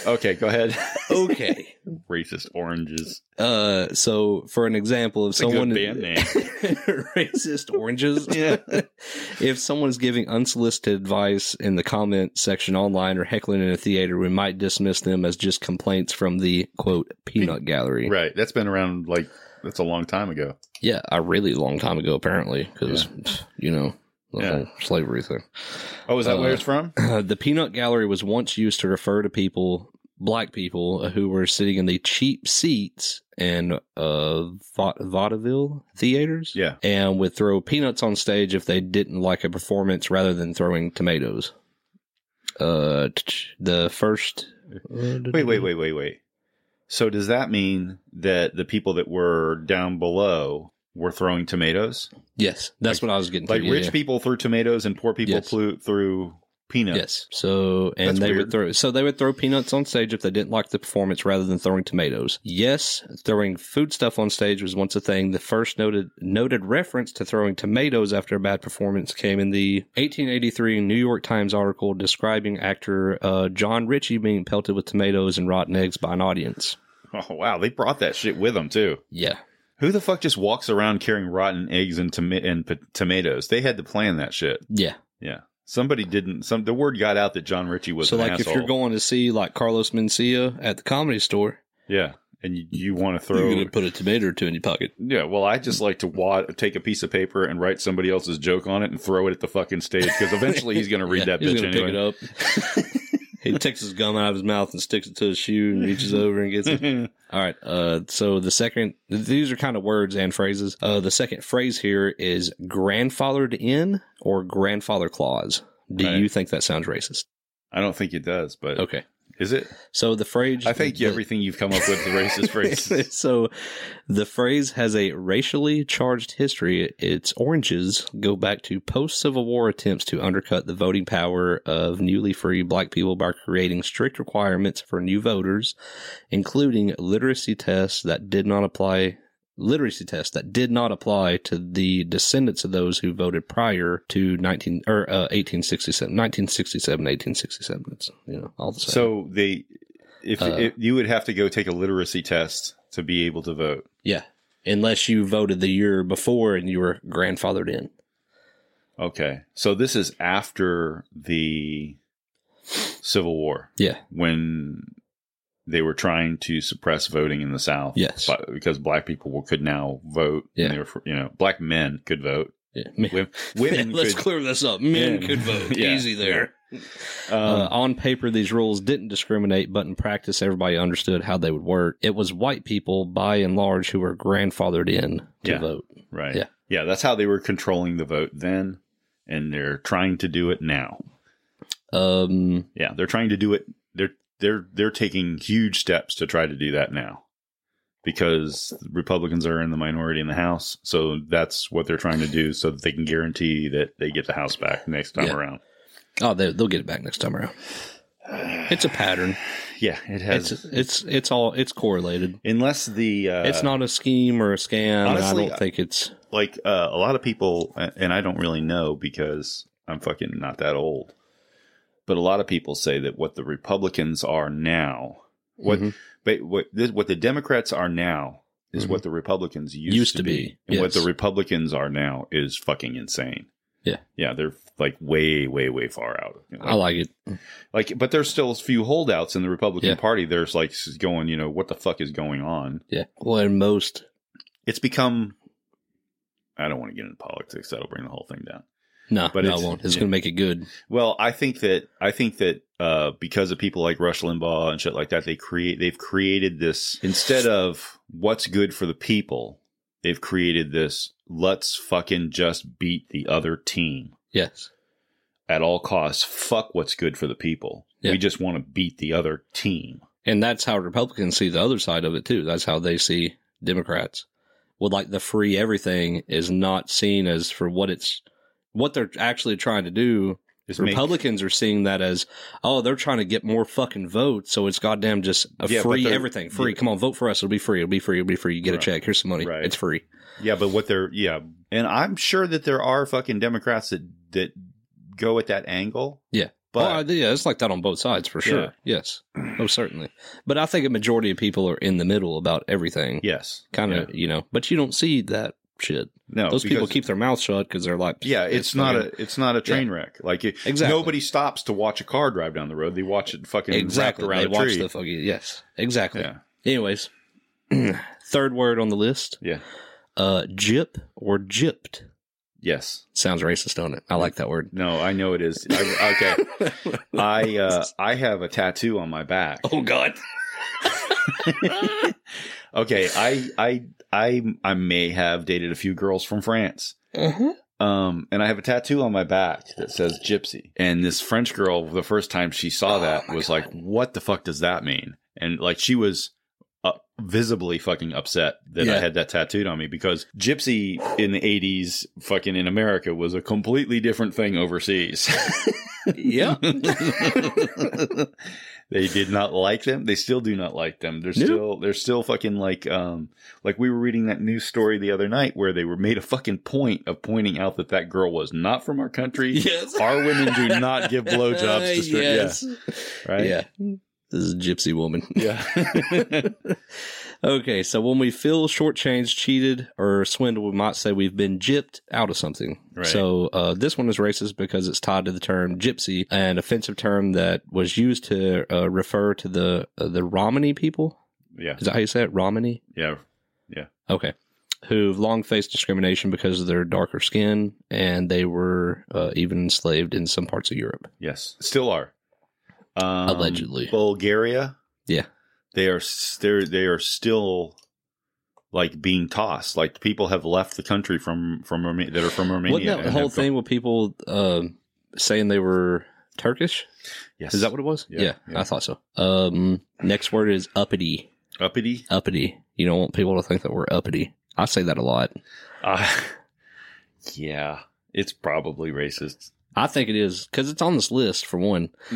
B: okay go ahead
A: Okay.
B: racist oranges
A: Uh, so for an example, if
B: That's a
A: someone
B: good band name.
A: racist oranges,
B: Yeah.
A: if someone's giving unsolicited advice in the comment section online or heckling in a theater, we might dismiss them as just complaints from the quote peanut gallery.
B: right that's been around like that's a long time ago
A: Yeah, a really long time ago, apparently, because you know the
B: Yeah.
A: whole slavery thing.
B: Oh, is that where
A: Uh,
B: it's from?
A: the peanut gallery was once used to refer to people, black people, uh, who were sitting in the cheap seats and uh, va- vaudeville theaters.
B: Yeah.
A: and would throw peanuts on stage if they didn't like a performance rather than throwing tomatoes. Uh, t- the first.
B: Wait, wait, wait, wait, wait. So does that mean that the people that were down below were throwing tomatoes?
A: Yes, that's what I was getting.
B: Like
A: to, yeah,
B: rich
A: yeah.
B: people threw tomatoes and poor people
A: Yes.
B: flew, threw peanuts.
A: Yes. So and
B: That's
A: they
B: weird.
A: would throw so they would throw peanuts on stage if they didn't like the performance rather than throwing tomatoes. Yes, throwing food stuff on stage was once a thing. The first noted noted reference to throwing tomatoes after a bad performance came in the 1883 New York Times article describing actor uh, John Ritchie being pelted with tomatoes and rotten eggs by an audience.
B: Oh wow, they brought that shit with them too.
A: Yeah.
B: Who the fuck just walks around carrying rotten eggs and, toma- and p- tomatoes? They had to plan that shit.
A: Yeah.
B: Yeah, somebody didn't. Some the word got out that John Ritchie was
A: so
B: an
A: like if you're
B: asshole.
A: going to see like Carlos Mencia at the comedy store,
B: yeah, and you, you want to throw
A: you're going to put a tomato or two in your pocket.
B: Yeah, well, I just like to wa- take a piece of paper and write somebody else's joke on it and throw it at the fucking stage because eventually he's going to read that
A: he's
B: bitch
A: gonna
B: anyway.
A: Pick it up. he takes his gum out of his mouth and sticks it to his shoe and reaches over and gets it. All right. Uh, so the second, these are kind of words and phrases. Uh, the second phrase here is grandfathered in or grandfather clause. Do
B: Right.
A: you think that sounds racist?
B: I don't think it does, but
A: Okay.
B: is it?
A: So the phrase.
B: I think
A: the-
B: everything you've come up with is racist phrases.
A: so the phrase has a racially charged history. Its oranges go back to post Civil War attempts to undercut the voting power of newly free black people by creating strict requirements for new voters, including literacy tests that did not apply literacy tests that did not apply to the descendants of those who voted prior to 19 or uh, 1867 1967 1867 it's you know all the same
B: So they, if,
A: Uh,
B: if you would have to go take a literacy test to be able to vote.
A: Yeah. Unless you voted the year before and you were grandfathered in.
B: Okay, so this is after the Civil War
A: Yeah.
B: when they were trying to suppress voting in the South.
A: Yes.
B: but because black people will- could now vote.
A: Yeah.
B: And they were, fr- you know, black men could vote.
A: Yeah. Men-
B: Women, women
A: Let's
B: could.
A: clear this up. Men
B: Yeah.
A: could vote.
B: Yeah.
A: Easy there.
B: um,
A: uh, on paper, these rules didn't discriminate, but in practice, everybody understood how they would work. It was white people, by and large, who were grandfathered in to
B: Yeah.
A: vote.
B: right.
A: yeah.
B: Yeah. That's how they were controlling the vote then. And they're trying to do it now.
A: Um,
B: Yeah. They're trying to do it. They're, they're, they're taking huge steps to try to do that now because Republicans are in the minority in the House. So that's what they're trying to do so that they can guarantee that they get the House back next time
A: Yeah.
B: around.
A: oh, they, they'll get it back next time around. It's a pattern.
B: Yeah. It has.
A: It's it's it's all it's correlated.
B: Unless the uh,
A: it's not a scheme or a scam. and
B: honestly,
A: I don't think it's
B: like uh, a lot of people, and I don't really know because I'm fucking not that old. But a lot of people say that what the Republicans are now, what
A: Mhm.
B: but what this, what the Democrats are now is
A: Mhm.
B: what the Republicans used,
A: Used
B: to,
A: to
B: be,
A: be,
B: and what
A: yes.
B: the Republicans are now is fucking insane.
A: Yeah.
B: yeah, they're like way, way, way far out.
A: I like it.
B: like, but there's still a few holdouts in the Republican
A: Yeah.
B: Party. There's like going, you know, what the fuck is going on?
A: Yeah. Well, and most
B: It's become. I don't want to get into politics. That'll bring the whole thing down.
A: No,
B: But
A: no, I
B: it's-
A: won't. It's
B: yeah.
A: going to make it good.
B: Well, I think that I think that uh, because of people like Rush Limbaugh and shit like that, they create they've created this instead of what's good for the people, they've created this let's fucking just beat the other team
A: Yes.
B: at all costs. Fuck what's good for the people.
A: Yeah.
B: We just want to beat the other team.
A: And that's how Republicans see the other side of it too. That's how they see Democrats. With like the free everything is not seen as for what it's what they're actually trying to do.
B: Just make-
A: Republicans are seeing that as oh they're trying to get more fucking votes, so it's goddamn just a
B: Yeah, but
A: free
B: they're-
A: everything free.
B: yeah.
A: Come on, vote for us. It'll be free. It'll be free. It'll be free. You get
B: Right.
A: a check. Here's some money.
B: Right.
A: It's free.
B: Yeah, but what they're yeah, and I'm sure that there are fucking Democrats that that go at that angle.
A: Yeah.
B: but
A: oh, yeah, it's like that on both sides for sure.
B: Yeah.
A: Yes, oh certainly. But I think a majority of people are in the middle about everything.
B: yes,
A: kind of you know. But you don't see that shit.
B: no.
A: Those people
B: Oh, because-
A: keep their mouth shut because they're like,
B: Yeah, it's, not
A: fucking-
B: a it's not a train wreck. Like it,
A: Exactly.
B: nobody stops to watch a car drive down the road. They watch it fucking
A: exactly.
B: wrap around
A: They
B: a
A: watch
B: tree.
A: the fucking yes, exactly.
B: yeah,
A: Anyways, third word on the list,
B: yeah,
A: uh, jip or gypped.
B: yes.
A: Sounds racist, don't it? I like that word.
B: No, I know it is. I, okay, I uh, I have a tattoo on my back.
A: Oh God,
B: okay, I I I I may have dated a few girls from France.
A: Mm-hmm.
B: Um, and I have a tattoo on my back that says gypsy. And this French girl, the first time she saw
A: Oh,
B: that,
A: my
B: was
A: God.
B: like, what the fuck does that mean? And like, she was uh, visibly fucking upset that I
A: Yeah.
B: had that tattooed on me because gypsy in the 80s, fucking in America, was a completely different thing overseas.
A: yeah.
B: they did not like them. They still do not like them. They're
A: No.
B: still they're still fucking like um like we were reading that news story the other night where they were made a fucking point of pointing out that that girl was not from our country.
A: yes.
B: Our women do not give blowjobs to straight.
A: yes.
B: Yeah, right.
A: Yeah. This is a gypsy woman.
B: Yeah.
A: okay, so when we feel shortchanged, cheated, or swindled, we might say we've been gypped out of something.
B: Right.
A: So uh, this one is racist because it's tied to the term gypsy, an offensive term that was used to uh, refer to the uh, the Romany people.
B: yeah.
A: Is that how you say it? Romany?
B: Yeah.
A: Okay. Who've long faced discrimination because of their darker skin, and they were uh, even enslaved in some parts of Europe.
B: Yes. Still are. Um,
A: Allegedly.
B: Bulgaria.
A: Yeah.
B: They are they they are still like being tossed. Like people have left the country from from Roma- that are from Romania.
A: Wasn't that
B: and
A: the whole
B: have gone-
A: thing with people uh, saying they were Turkish?
B: Yes.
A: Is that what it was?
B: Yeah,
A: Yeah,
B: yeah.
A: I thought so. Um, next word is uppity.
B: uppity?
A: Uppity. You don't want people to think that we're uppity. I say that a lot.
B: Uh, yeah. It's probably racist.
A: I think it is because it's on this list for one.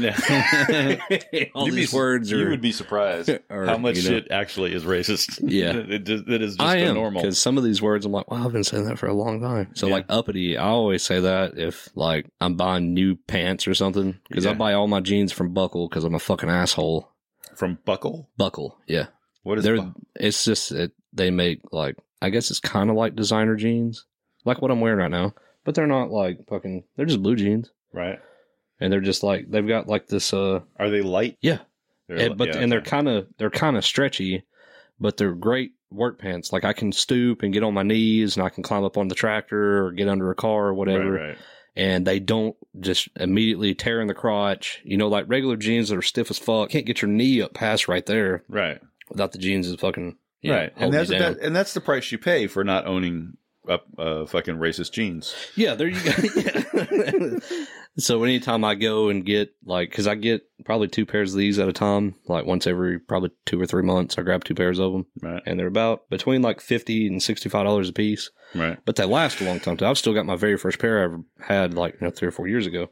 A: All
B: You'd be
A: these
B: su-
A: words
B: you
A: are.
B: would be surprised
A: are,
B: how much
A: you know.
B: shit actually is racist.
A: Yeah.
B: it, just, it is just
A: I
B: the
A: am
B: normal.
A: because some of these words I'm like, wow, I've been saying that for a long time. So
B: Yeah.
A: like uppity, I always say that if like I'm buying new pants or something because I
B: Yeah.
A: buy all my jeans from Buckle because I'm a fucking asshole.
B: From buckle?
A: Buckle, yeah.
B: What is
A: They're,
B: buckle?
A: it's just it, they make like I guess it's kind of like designer jeans, like what I'm wearing right now, but they're not like fucking. They're just blue jeans,
B: Right.
A: and they're just like they've got like this. Uh,
B: Are they light?
A: Yeah.
B: They're
A: and-
B: li-
A: but
B: yeah,
A: and they're
B: okay.
A: kind of they're kind of stretchy, but they're great work pants. Like I can stoop and get on my knees, and I can climb up on the tractor or get under a car or whatever.
B: Right, right.
A: And they don't just immediately tear in the crotch. You know, like regular jeans that are stiff as fuck can't get your knee up past right there
B: Right.
A: without the jeans is fucking. you know,
B: Right.
A: holding
B: And that's
A: you down.
B: that, and that's the price you pay for not owning up uh, fucking racist jeans.
A: Yeah, there you go. so anytime I go and get like, because I get probably two pairs of these at a time, like once every probably two or three months, I grab two pairs of them,
B: Right.
A: and they're about between like fifty and sixty-five dollars a piece.
B: Right.
A: But they last a long time. Too. I've still got my very first pair I ever had, like you know, three or four years ago.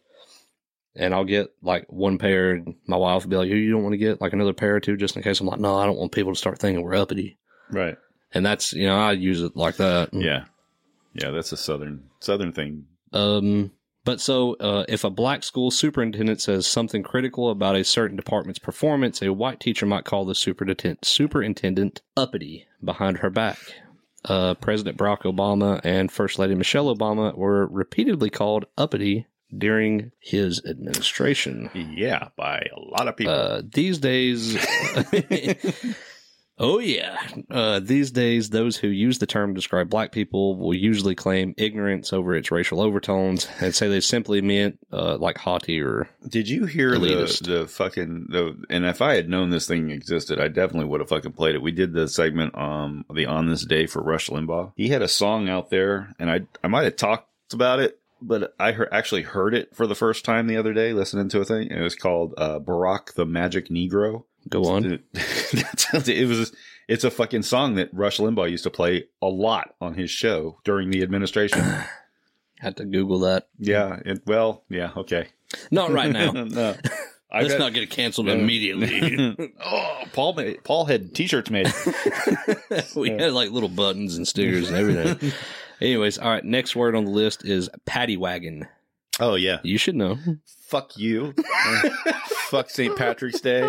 A: And I'll get like one pair, and my wife will be like, "You you don't want to get like another pair or two, just in case." I'm like, "No, I don't want people to start thinking we're uppity."
B: Right.
A: And that's you know, I use it like that.
B: Yeah. Yeah, that's a southern southern thing.
A: Um, but so uh, if a black school superintendent says something critical about a certain department's performance, a white teacher might call the superintendent, superintendent uppity behind her back. Uh, President Barack Obama and First Lady Michelle Obama were repeatedly called uppity during his administration.
B: Yeah, by a lot of people.
A: Uh, these days, Oh, yeah. Uh, these days, those who use the term to describe black people will usually claim ignorance over its racial overtones and say they simply meant uh, like haughty or.
B: Did you hear the,
A: Elitist.
B: the fucking the? And if I had known this thing existed, I definitely would have fucking played it. We did the segment um the on this day for Rush Limbaugh. He had a song out there, and I I might have talked about it, but I heard, actually heard it for the first time the other day listening to a thing. It was called uh, Barack the Magic Negro.
A: Go on.
B: That's- it was. It's a fucking song that Rush Limbaugh used to play a lot on his show during the administration.
A: Had to Google that.
B: yeah. It, well. Yeah. Okay.
A: Not right now.
B: no. I
A: Let's
B: bet-
A: not get canceled
B: Yeah.
A: immediately.
B: oh, Paul made, Paul had t-shirts made.
A: we had like little buttons and stickers and everything. Anyways, all right. Next word on the list is paddy wagon.
B: oh yeah.
A: You should know.
B: Fuck you. Fuck St. Patrick's Day.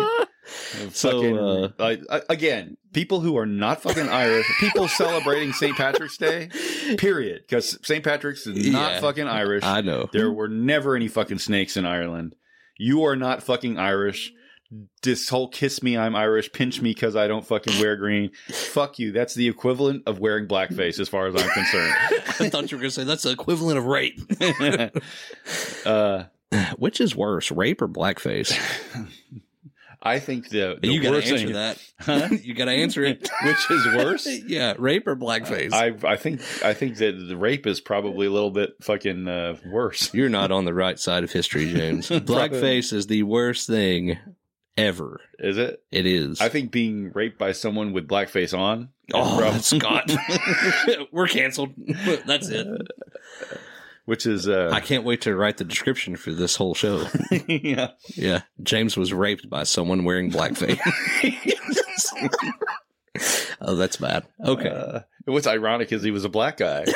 A: So,
B: fucking,
A: uh,
B: I- I- again, people who are not fucking Irish, people celebrating St. Patrick's Day, period. Because St. Patrick's is not
A: Yeah.
B: fucking Irish.
A: I know.
B: there were never any fucking snakes in Ireland. You are not fucking Irish. This whole kiss me, I'm Irish, pinch me because I don't fucking wear green. Fuck you. That's the equivalent of wearing blackface as far as I'm concerned.
A: I thought you were going to say that's the equivalent of rape.
B: uh,
A: Which is worse, rape or blackface?
B: I think the, the
A: you got to
B: worst
A: answer
B: thing,
A: that.
B: Huh?
A: You got to answer it.
B: which is worse.
A: yeah, rape or blackface.
B: I I think I think that the rape is probably a little bit fucking uh, worse.
A: You're not on the right side of history, James. blackface is the worst thing ever.
B: Is it?
A: It is.
B: I think being raped by someone with blackface on. is
A: Oh,
B: prob-
A: that's Scott. We're canceled. That's it.
B: which is uh,
A: I can't wait to write the description for this whole show.
B: yeah.
A: Yeah. James was raped by someone wearing blackface. oh, that's bad. Okay.
B: Uh, what's ironic is he was a black guy.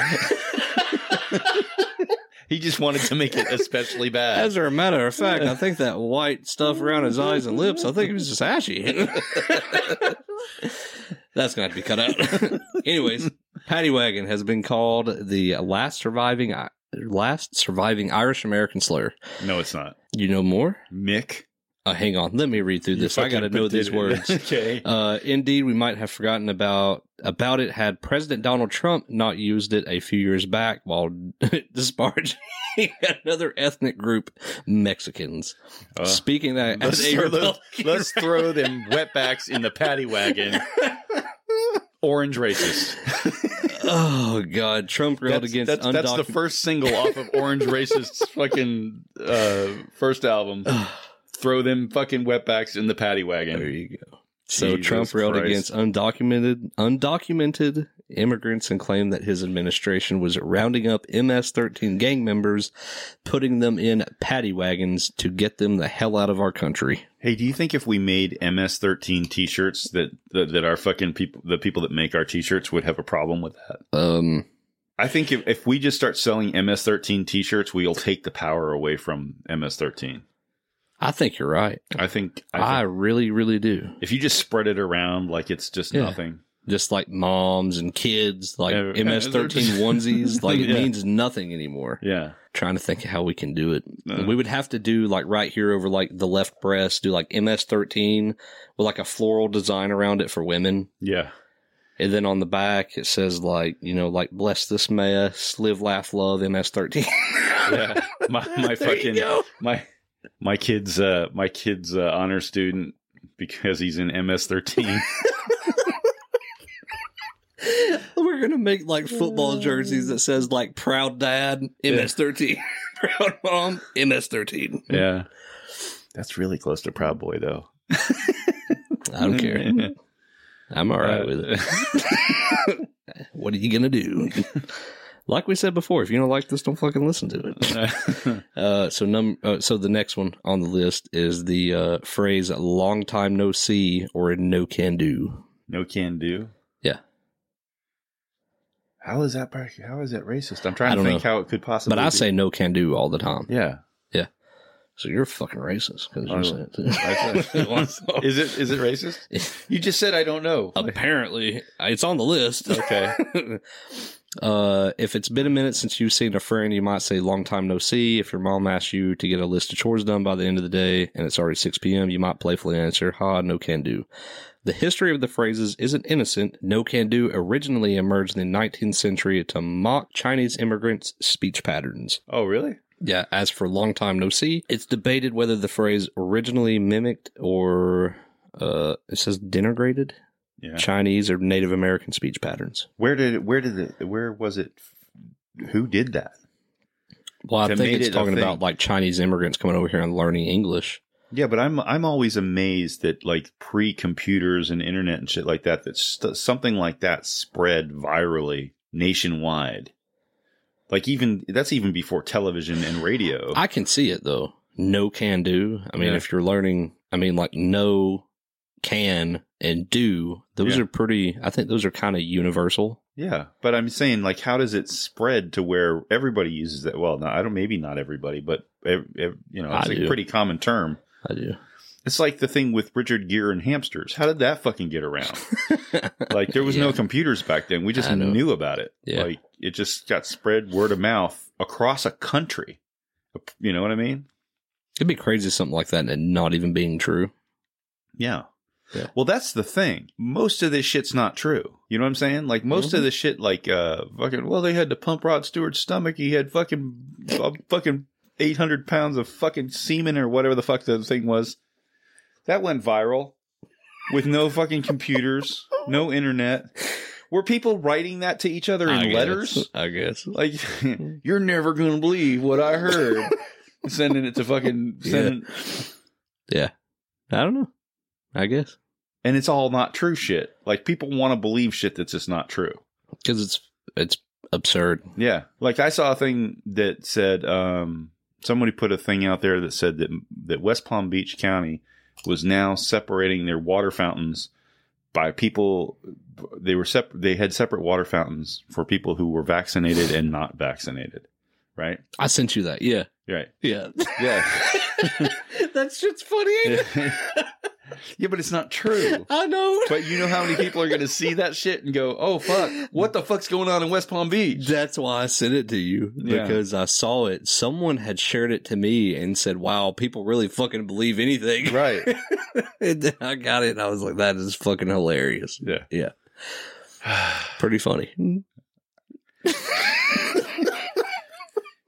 B: he just wanted to make it especially bad.
A: As a matter of fact, I think that white stuff around his eyes and lips, I think it was just ashy. That's going to have to be cut out. Anyways, Paddy Wagon has been called the last surviving last surviving Irish American slur.
B: No, it's not.
A: You know more?
B: Mick.
A: Uh, hang on, let me read through
B: You
A: this. I got to
B: fucking
A: know these
B: did it.
A: words.
B: okay.
A: Uh, indeed, we might have forgotten about about it had President Donald Trump not used it a few years back while disparaging another ethnic group, Mexicans.
B: Uh,
A: Speaking of that,
B: let's,
A: as a
B: throw those-
A: Republican-
B: let's throw them wetbacks in the paddy wagon. Orange racist.
A: oh god, Trump railed against
B: that's,
A: undocumented.
B: that's the first single off of Orange Racist's fucking uh, first album. Throw them fucking wetbacks in the paddy
A: there
B: wagon.
A: you go. So
B: Jesus
A: Trump railed
B: Christ.
A: against undocumented undocumented immigrants and claimed that his administration was rounding up MS-13 gang members, putting them in paddy wagons to get them the hell out of our country.
B: Hey, do you think if we made MS13 T-shirts that, that that our fucking people, the people that make our T-shirts, would have a problem with that?
A: Um,
B: I think if, if we just start selling MS13 T-shirts, we'll take the power away from MS13.
A: I think you're right.
B: I think,
A: I,
B: I think
A: really, really do.
B: if you just spread it around like it's just
A: Yeah.
B: nothing.
A: Just like moms and kids, like
B: Yeah, they're
A: MS13
B: just-
A: onesies, like it
B: Yeah.
A: means nothing anymore.
B: Yeah.
A: Trying to think of how we can do it.
B: Uh.
A: we would have to do like right here over like the left breast, do like MS13 with like a floral design around it for women.
B: Yeah.
A: And then on the back, it says like, you know, like bless this mess, live, laugh, love, MS13.
B: yeah. My, my
A: There you
B: fucking
A: go.
B: my my kid's uh my kid's uh, honor student because he's in MS thirteen.
A: We're going to make like football jerseys that says like proud dad, MS13, proud mom, MS13.
B: yeah, that's really close to Proud Boy though.
A: I don't care. I'm all right
B: Uh,
A: with it. What are you gonna do? like we said before, if you don't like this, don't fucking listen to it. Uh, so num uh, so the next one on the list is the uh, phrase "long time no see" or "no can do."
B: no can do.
A: Yeah.
B: How is that? par- How is that racist? I'm trying
A: I
B: to
A: don't
B: think
A: know.
B: how it could possibly.
A: But I
B: be.
A: say "no can do" all the time.
B: yeah.
A: So you're fucking racist because
B: I-
A: you said it. too.
B: is it is it racist? You just said I don't know.
A: Apparently, it's on the list.
B: Okay.
A: Uh, if it's been a minute since you've seen a friend, you might say long time no see. If your mom asks you to get a list of chores done by the end of the day and it's already 6 p.m., you might playfully answer, ha, no can do. The history of the phrases isn't innocent. No can do originally emerged in the 19th century to mock Chinese immigrants' speech patterns.
B: Oh, really?
A: Yeah, as for long time no see, it's debated whether the phrase originally mimicked or uh, it says denigrated
B: Yeah.
A: Chinese or Native American speech patterns.
B: Where did it, where did it where was it? Who did that?
A: Well, I
B: To
A: think
B: made
A: it's
B: it a
A: talking
B: thing.
A: about like Chinese immigrants coming over here and learning English.
B: Yeah, but I'm I'm always amazed that like pre computers and internet and shit like that that st- something like that spread virally nationwide. Like even that's even before television and radio.
A: I can see it though. No can do. I mean,
B: Yeah.
A: if you're learning, I mean, like no can and do, those
B: Yeah.
A: are pretty, I think those are kind of universal.
B: yeah, but I'm saying like how does it spread to where everybody uses that? Well, no, I don't. Maybe not everybody, but ev- ev- you know, it's
A: I
B: a
A: do.
B: pretty common term.
A: I do.
B: It's like the thing with Richard Gere and hamsters. How did that fucking get around? Like there was
A: Yeah.
B: no computers back then. We just
A: I know.
B: knew about it.
A: Yeah.
B: Like it just got spread word of mouth across a country. You know what I mean?
A: It'd be crazy something like that and not even being true.
B: Yeah.
A: Yeah.
B: Well, that's the thing. Most of this shit's not true. You know what I'm saying? Like most
A: Mm-hmm.
B: of this shit, like uh, fucking. Well, they had to pump Rod Stewart's stomach. He had fucking, uh, fucking eight hundred pounds of fucking semen or whatever the fuck the thing was. That went viral with no fucking computers, no internet. Were people writing that to each other in
A: I guess. Mm.
B: letters?
A: I guess.
B: Like, you're never gonna believe what I heard. sending it to fucking
A: Yeah.
B: sending,
A: Yeah. I don't know. I guess.
B: and it's all not true shit. Like people want to believe shit that's just not true.
A: Because it's, it's absurd.
B: Yeah, like I saw a thing that said um, somebody put a thing out there that said that that West Palm Beach County was now separating their water fountains by people. They were sep- They had separate water fountains for people who were vaccinated and not vaccinated. Right.
A: I sent you that. Yeah.
B: Right.
A: Yeah.
B: Yeah.
A: that shit's funny. ain't it?
B: yeah, but it's not true.
A: I know.
B: But you know how many people are going to see that shit and go, "Oh fuck, what the fuck's going on in West Palm Beach?"
A: That's why I sent it to you
B: Yeah.
A: because I saw it. Someone had shared it to me and said, "Wow, people really fucking believe anything."
B: Right.
A: And then I got it. And I was like, "That is fucking hilarious."
B: Yeah.
A: Yeah. Pretty funny.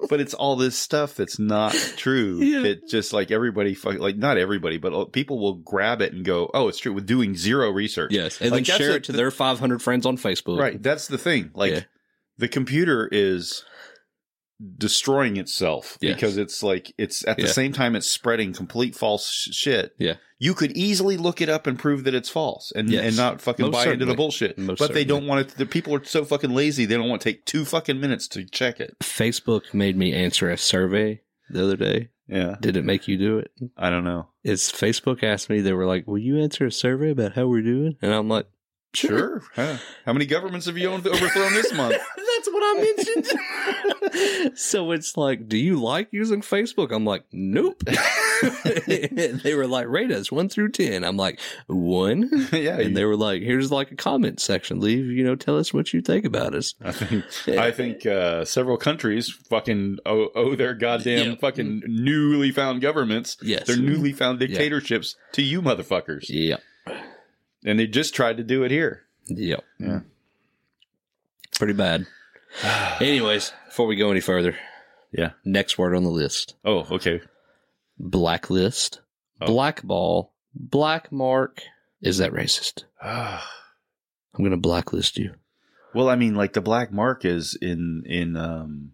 B: but it's all this stuff that's not true.
A: Yeah.
B: That just like everybody, fuck, like not everybody, but uh, people will grab it and go, "Oh, it's true." With doing zero research,
A: Yes, and
B: Like,
A: then
B: that's
A: share
B: a-
A: it to their 500 friends on Facebook.
B: right? That's the thing. Like
A: Yeah.
B: the computer is destroying itself
A: Yes.
B: because it's like it's at the
A: Yeah.
B: same time it's spreading complete false sh- shit.
A: Yeah.
B: you could easily look it up and prove that it's false and
A: Yes.
B: and not fucking
A: Most
B: buy into the
A: certainly.
B: bullshit.
A: Most
B: but they don't
A: certainly.
B: want it. The people are so fucking lazy. They don't want to take two fucking minutes to check it.
A: Facebook made me answer a survey the other day.
B: Yeah,
A: Did it make you do it?
B: I don't know.
A: It's Facebook asked me. They were like, "Will you answer a survey about how we're doing?" And I'm like,
B: Sure. Huh. How many governments have you owned- overthrown this month?
A: That's what I mentioned. so it's like, do you like using Facebook? I'm like, nope. they were like, rate us one through 10. I'm like, one.
B: yeah. you-
A: And they were like, here's like a comment section. Leave, you know, tell us what you think about us.
B: I think, I think uh, several countries fucking owe, owe their goddamn
A: Yeah.
B: fucking newly found governments,
A: Yes.
B: their newly found
A: Yeah.
B: dictatorships to you motherfuckers.
A: Yep.
B: And they just tried to do it here.
A: Yep.
B: Yeah.
A: Pretty bad. Anyways, before we go any further,
B: Yeah.
A: next word on the list
B: Oh, okay.
A: blacklist,
B: Oh.
A: blackball, black mark. Is that racist? I'm going to blacklist you.
B: well, I mean, like the black mark is in in um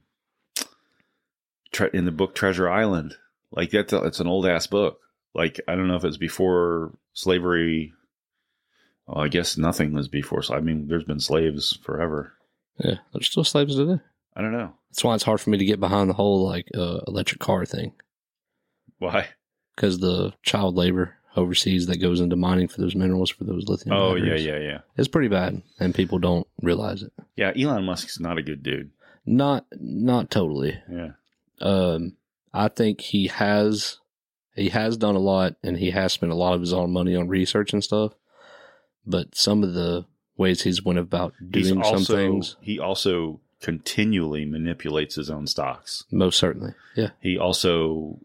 B: tre- in the book Treasure Island. Like that's a, it's an old ass book. Like I don't know if it's before slavery. Well, I guess nothing was before. So I mean, there's been slaves forever.
A: Yeah, there's still slaves today.
B: I don't know
A: That's why it's hard for me to get behind the whole like uh, electric car thing
B: why.
A: because the child labor overseas that goes into mining for those minerals for those lithium.
B: Oh yeah,
A: batteries,
B: yeah, yeah,
A: it's pretty bad, and people don't realize it.
B: yeah. Elon Musk's not a good dude.
A: Not not totally.
B: Yeah,
A: Um, I think he has he has done a lot, and he has spent a lot of his own money on research and stuff. But some of the ways he's went about
B: He's
A: doing some
B: also-
A: things.
B: He also continually manipulates his own stocks.
A: Most certainly. Yeah.
B: He also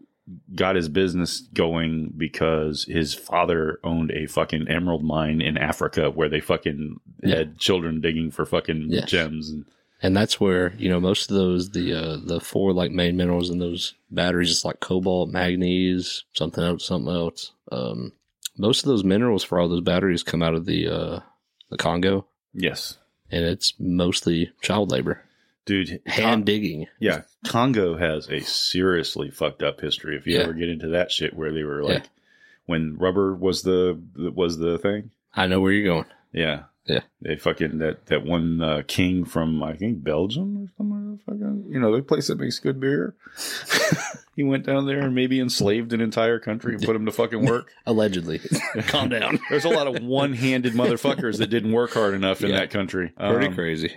B: got his business going because his father owned a fucking emerald mine in Africa where they fucking
A: Yeah.
B: had children digging for fucking
A: Yes.
B: gems. And
A: And that's where, you know, most of those the uh the four like main minerals in those batteries, it's like cobalt, manganese, something else, something else. Um most of those minerals for all those batteries come out of the uh the Congo
B: yes,
A: and it's mostly child labor.
B: dude.
A: Hand digging.
B: Yeah, Congo has a seriously fucked up history. If you
A: Yeah.
B: ever get into that shit, where they were
A: Yeah.
B: like, when rubber was the was the thing.
A: I know where you're going.
B: Yeah,
A: Yeah.
B: They fucking that that one uh, king from I think Belgium or somewhere. Fucking, you know, the place that makes good beer. he went down there and maybe enslaved an entire country and put him to fucking work.
A: Allegedly. Calm down.
B: There's a lot of one-handed motherfuckers that didn't work hard enough in
A: Yeah.
B: that country.
A: Pretty
B: Um,
A: crazy.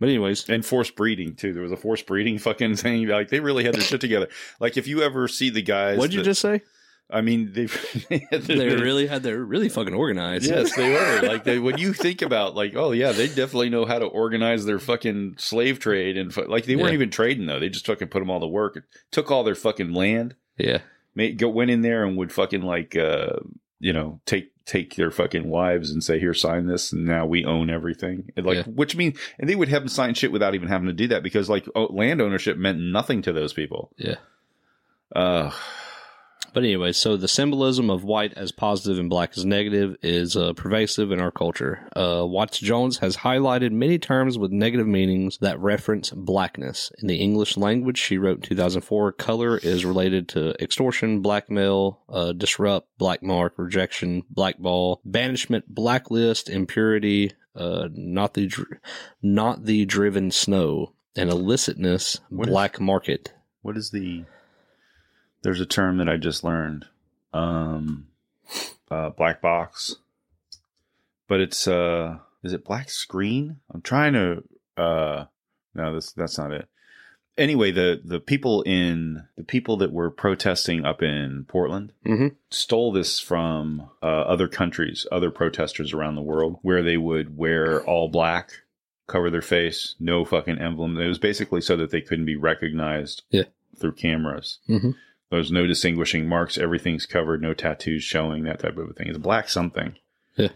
A: But anyways,
B: and forced breeding too. There was a forced breeding fucking thing. Like they really had their shit together. Like if you ever see the guys,
A: what'd you
B: that-
A: just say?
B: I mean, they they, had
A: They
B: their-
A: really had they're really fucking organized.
B: Yes, they were. Like they, when you think about, like, oh yeah, they definitely know how to organize their fucking slave trade and fu- like they weren't
A: Yeah.
B: even trading though. They just fucking put them all to work. took all their fucking land.
A: Yeah.
B: Made, go went in there and would fucking like, uh, you know, take take their fucking wives and say, here, sign this, and now we own everything. And like,
A: Yeah.
B: which means, and they would have them sign shit without even having to do that because like oh, land ownership meant nothing to those people.
A: Yeah.
B: Uh,
A: But anyway, so the symbolism of white as positive and black as negative is uh, pervasive in our culture. Uh, Watts Jones has highlighted many terms with negative meanings that reference blackness. In the English language, she wrote in 2004, color is related to extortion, blackmail, uh, disrupt, black mark, rejection, blackball, banishment, blacklist, impurity, uh, not the dr- not the driven snow, and illicitness,
B: What is-
A: black market.
B: what is the there's a term that i just learned um uh black box but it's uh is it black screen i'm trying to uh no that's that's not it anyway the the people in the people that were protesting up in portland
A: Mhm.
B: stole this from uh, other countries other protesters around the world where they would wear all black cover their face no fucking emblem it was basically so that they couldn't be recognized
A: Yeah.
B: through cameras
A: Mhm.
B: there's no distinguishing marks everything's covered no tattoos showing that type of a thing it's black something
A: Yeah.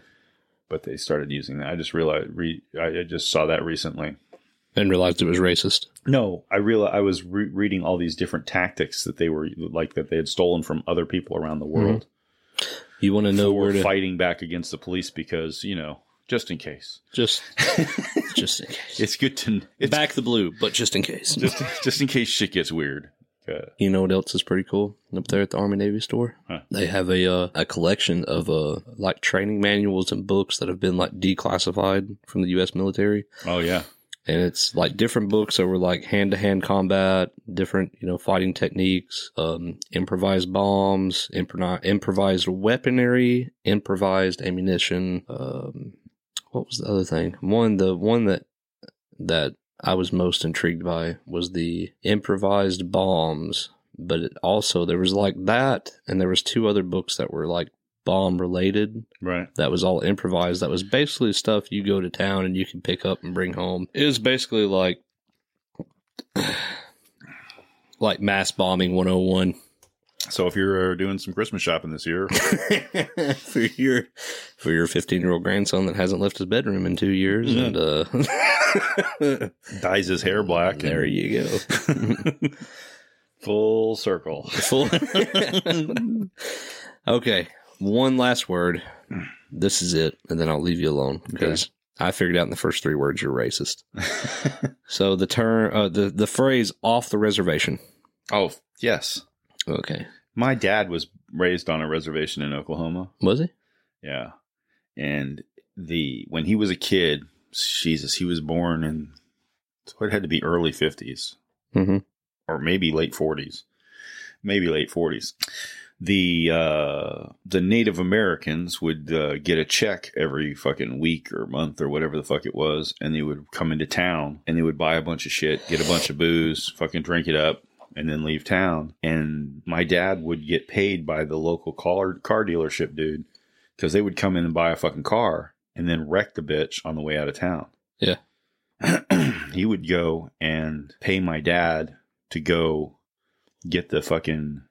B: but they started using that i just realized re, I, I just saw that recently
A: And realized it was racist.
B: no, I realized I was re- reading all these different tactics that they were like that they had stolen from other people around the world
A: You want to know
B: for
A: where to
B: fighting back against the police because you know just in case
A: Just, just in case.
B: it's good to it's
A: Back the blue, but just in case.
B: just just in case shit gets weird. Uh,
A: you know what else is pretty cool up there at the Army Navy store?
B: Huh.
A: They have a uh, a collection of uh like training manuals and books that have been like declassified from the U.S. military,
B: oh yeah,
A: and it's like different books over like hand to hand combat, different you know fighting techniques, um, improvised bombs, improv- improvised weaponry, improvised ammunition. Um, what was the other thing? One the one that that I was most intrigued by was the improvised bombs. But it also there was like that, and there was two other books that were like bomb related.
B: right.
A: That was all improvised. That was basically stuff you go to town and you can pick up and bring home. It was basically like like mass bombing 101
B: So if you're uh, doing some Christmas shopping this year,
A: for your for your 15 year old grandson that hasn't left his bedroom in two years
B: Yeah.
A: and uh
B: dyes his hair black. and-
A: there you go
B: Full circle.
A: Full- okay, one last word. This is it, and then I'll leave you alone because I figured out in the first three words you're racist. so the term, uh, the the phrase "off the reservation."
B: oh yes,
A: Okay,
B: my dad was raised on a reservation in Oklahoma.
A: was it?
B: Yeah. And the when he was a kid, Jesus, he was born in so it had to be early 50s
A: Mm-hmm.
B: or maybe late 40s. Maybe late 40s. The uh the Native Americans would uh, get a check every fucking week or month or whatever the fuck it was and they would come into town and they would buy a bunch of shit, get a bunch of booze, fucking drink it up and then leave town and my dad would get paid by the local car car dealership dude because they would come in and buy a fucking car and then wreck the bitch on the way out of town.
A: Yeah.
B: he would go and pay my dad to go get the fucking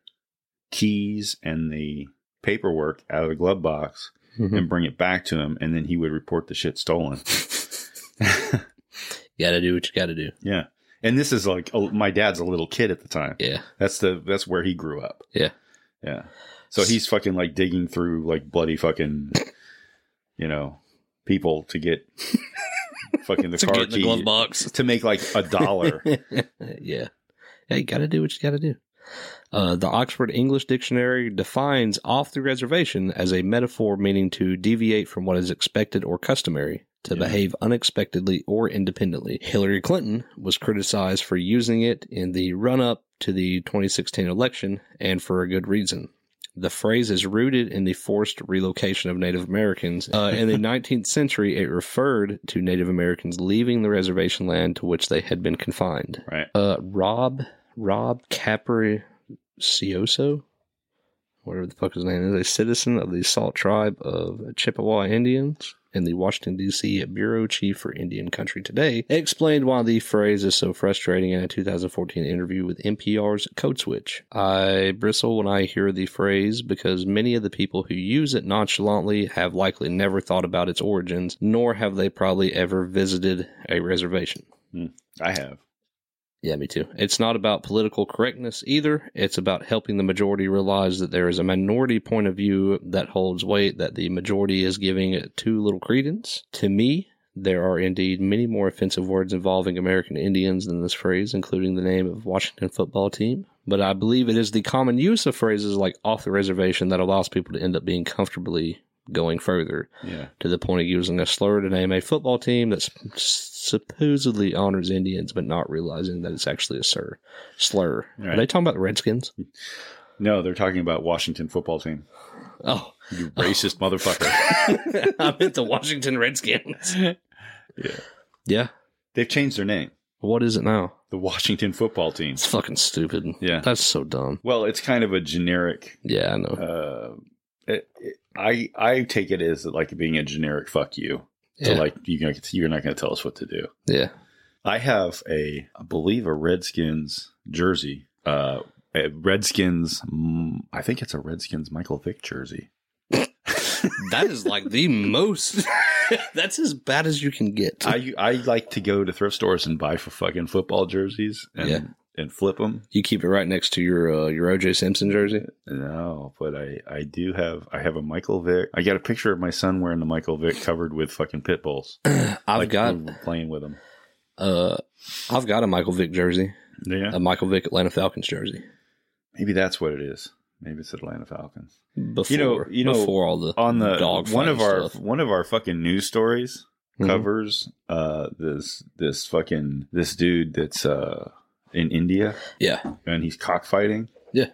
B: keys and the paperwork out of the glove box
A: Mm-hmm.
B: and bring it back to him, and then he would report the shit stolen.
A: gotta do what you gotta do.
B: yeah. And this is like oh, my dad's a little kid at the time.
A: Yeah.
B: That's the that's where he grew up.
A: Yeah.
B: Yeah. So he's fucking like digging through like bloody fucking you know, people to get fucking the
A: to
B: car
A: get in the
B: key-
A: glove box.
B: to make like a dollar.
A: Uh, yeah. Yeah, you gotta do what you gotta do. Uh, the Oxford English Dictionary defines off the reservation as a metaphor meaning to deviate from what is expected or customary, to
B: Yeah.
A: behave unexpectedly or independently. Hillary Clinton was criticized for using it in the run up to the 2016 election, and for a good reason. The phrase is rooted in the forced relocation of Native Americans. Uh, in the 19th century, it referred to Native Americans leaving the reservation land to which they had been confined.
B: right.
A: Uh, Rob Rob Capricioso, whatever the fuck his name is, a citizen of the Salt Tribe of Chippewa Indians and the Washington D.C. Bureau Chief for Indian Country Today, explained why the phrase is so frustrating in a 2014 interview with NPR's Code Switch. I bristle when I hear the phrase because many of the people who use it nonchalantly have likely never thought about its origins, nor have they probably ever visited a reservation.
B: I have.
A: Yeah, me too. It's not about political correctness either. It's about helping the majority realize that there is a minority point of view that holds weight that the majority is giving it too little credence. To me, there are indeed many more offensive words involving American Indians than this phrase, including the name of Washington football team. But I believe it is the common use of phrases like off the reservation that allows people to end up being comfortably going further
B: Yeah.
A: to the point of using a slur to name a football team that s- supposedly honors Indians, but not realizing that it's actually a slur. Slur. Are
B: Right.
A: they talking about the Redskins?
B: No, they're talking about Washington football team.
A: Oh,
B: You racist motherfucker.
A: I meant the Washington Redskins. Yeah. Yeah.
B: They've changed their name.
A: What is it now?
B: The Washington football team.
A: It's fucking stupid.
B: Yeah.
A: That's so dumb.
B: Well, it's kind of a generic
A: Yeah, I know.
B: uh, it, it- I I take it as like being a generic fuck you. So
A: Yeah.
B: like you are you're not going to tell us what to do.
A: yeah.
B: I have a I believe a Redskins jersey. Uh, a Redskins. mm, I think it's a Redskins Michael Vick jersey.
A: That is like the most. That's as bad as you can get.
B: I I like to go to thrift stores and buy for fucking football jerseys and
A: Yeah.
B: and flip them.
A: you keep it right next to your uh, your OJ Simpson jersey.
B: No, but I I do have I have a Michael Vick. I got a picture of my son wearing the Michael Vick covered with fucking pit bulls.
A: I've
B: Like,
A: got
B: playing with them.
A: uh, I've got a Michael Vick jersey.
B: Yeah.
A: a Michael Vick Atlanta Falcons jersey.
B: Um, Maybe that's what it is. Maybe it's Atlanta Falcons.
A: Before,
B: You know- you know,
A: before all the
B: On the
A: dog
B: one
A: fight
B: of our
A: stuff.
B: one of our fucking news stories
A: Mhm.
B: covers uh this this fucking this dude that's uh in India
A: yeah,
B: and he's cockfighting.
A: Yeah.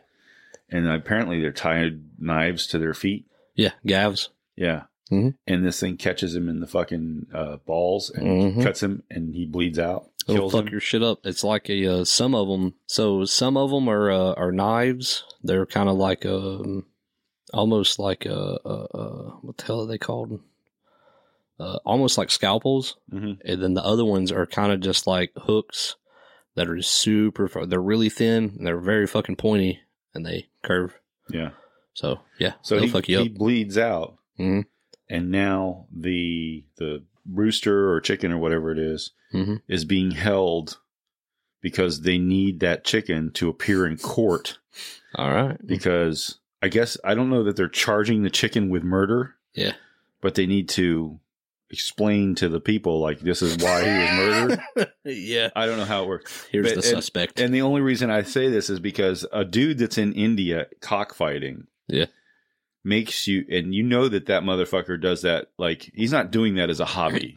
B: And apparently they're tied knives to their feet.
A: yeah, Gavs.
B: Yeah.
A: Mhm.
B: And this thing catches him in the fucking uh, balls and
A: Mhm.
B: cuts him, and he bleeds out.
A: It'll
B: Mm-hmm. Kills
A: fuck
B: him.
A: your shit up. It's like a uh, some of them. So some of them are uh, are knives. They're kind of like um, almost like a, uh uh what the hell are they called? Uh, almost like scalpels.
B: Mhm.
A: And then the other ones are kind of just like hooks that are super. fu- They're really thin and they're very fucking pointy and they curve.
B: Yeah.
A: So yeah,
B: So
A: they'll
B: he,
A: fuck you
B: he
A: up.
B: bleeds out,
A: Mhm.
B: and now the the rooster or chicken or whatever it is,
A: Mhm.
B: is being held because they need that chicken to appear in court.
A: All right.
B: Mm-hmm. Because I guess I don't know that they're charging the chicken with murder.
A: Yeah.
B: but they need to explain to the people like this is why he was murdered.
A: yeah.
B: I don't know how it works.
A: Here's
B: But-
A: the
B: and-
A: suspect.
B: And the only reason I say this is because a dude that's in India cockfighting,
A: Yeah.
B: makes you, and you know that that motherfucker does that. Like he's not doing that as a hobby.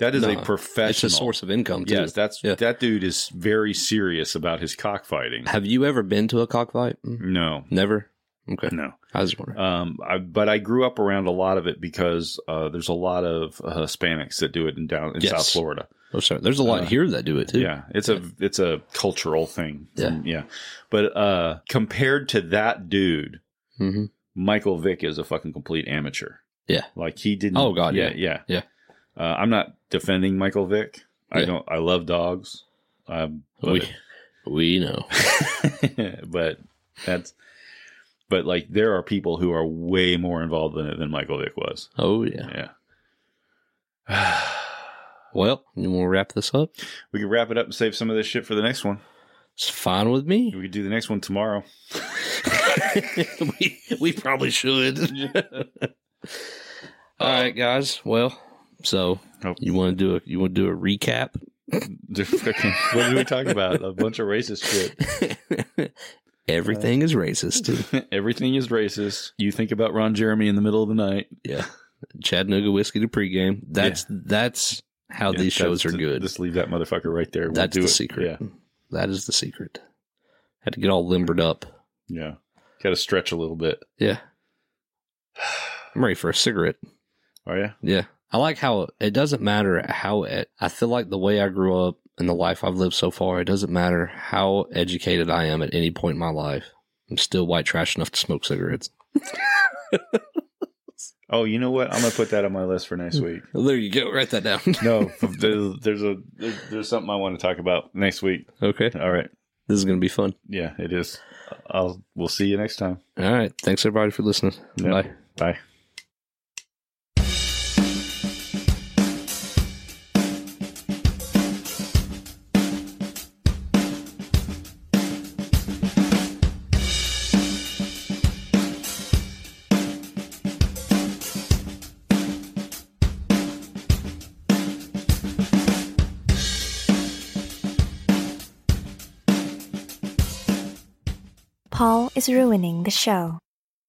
B: that is
A: No,
B: a professional.
A: it's a source of income too.
B: Yes, that's
A: Yeah.
B: that dude is very serious about his cockfighting.
A: Have you ever been to a cockfight? Mm.
B: No,
A: Never. Okay.
B: no.
A: I was wondering.
B: Um, I, but I grew up around a lot of it because uh, there's a lot of uh, Hispanics that do it in down in
A: Yes.
B: South Florida.
A: Oh, sorry. There's a lot
B: uh,
A: here that do it too.
B: Yeah, it's a it's a cultural thing.
A: Yeah.
B: From- yeah. But uh, compared to that dude,
A: hmm
B: Michael Vick is a fucking complete amateur.
A: Yeah.
B: Like he didn't.
A: Oh, God,
B: Yeah.
A: yeah.
B: Yeah.
A: Yeah.
B: Uh, I'm not defending Michael Vick. I
A: Yeah.
B: don't. I love dogs. Um, but-
A: We, we know.
B: but that's. But like, there are people who are way more involved in it than Michael Vick was.
A: Oh, yeah.
B: Yeah.
A: Well, you want to wrap this up?
B: We could wrap it up and save some of this shit for the next one.
A: It's fine with me.
B: We could do the next one tomorrow.
A: we, we probably should. All right, guys. Well, so
B: Oh.
A: you want to do a you want to do a recap?
B: The frickin- what did we talk about? A bunch of racist shit.
A: Everything is racist.
B: Everything is racist. You think about Ron Jeremy in the middle of the night.
A: yeah, Chattanooga whiskey to pregame. That's that's how
B: Yeah,
A: Oh, these shows are
B: that's-
A: good.
B: Just leave that motherfucker right there. We'll
A: that's
B: do
A: the
B: it.
A: secret. That is the secret. Had to get all limbered up.
B: Yeah. Yeah. Got to stretch a little bit.
A: Yeah, I'm ready for a cigarette.
B: Are you?
A: Yeah. I like how it doesn't matter how it, I feel like the way I grew up and the life I've lived so far, it doesn't matter how educated I am at any point in my life. I'm still white trash enough to smoke cigarettes.
B: Oh, you know what? I'm going to put that on my list for next week.
A: Well, there you go. Write that down.
B: No, there's, there's a there's, there's something I want to talk about next week.
A: okay.
B: All right.
A: This is going to be fun.
B: Yeah, it is. I'll we'll see you next time.
A: All right. Thanks everybody for listening.
B: Yep.
A: Bye.
B: Bye.
H: Paul is ruining the show.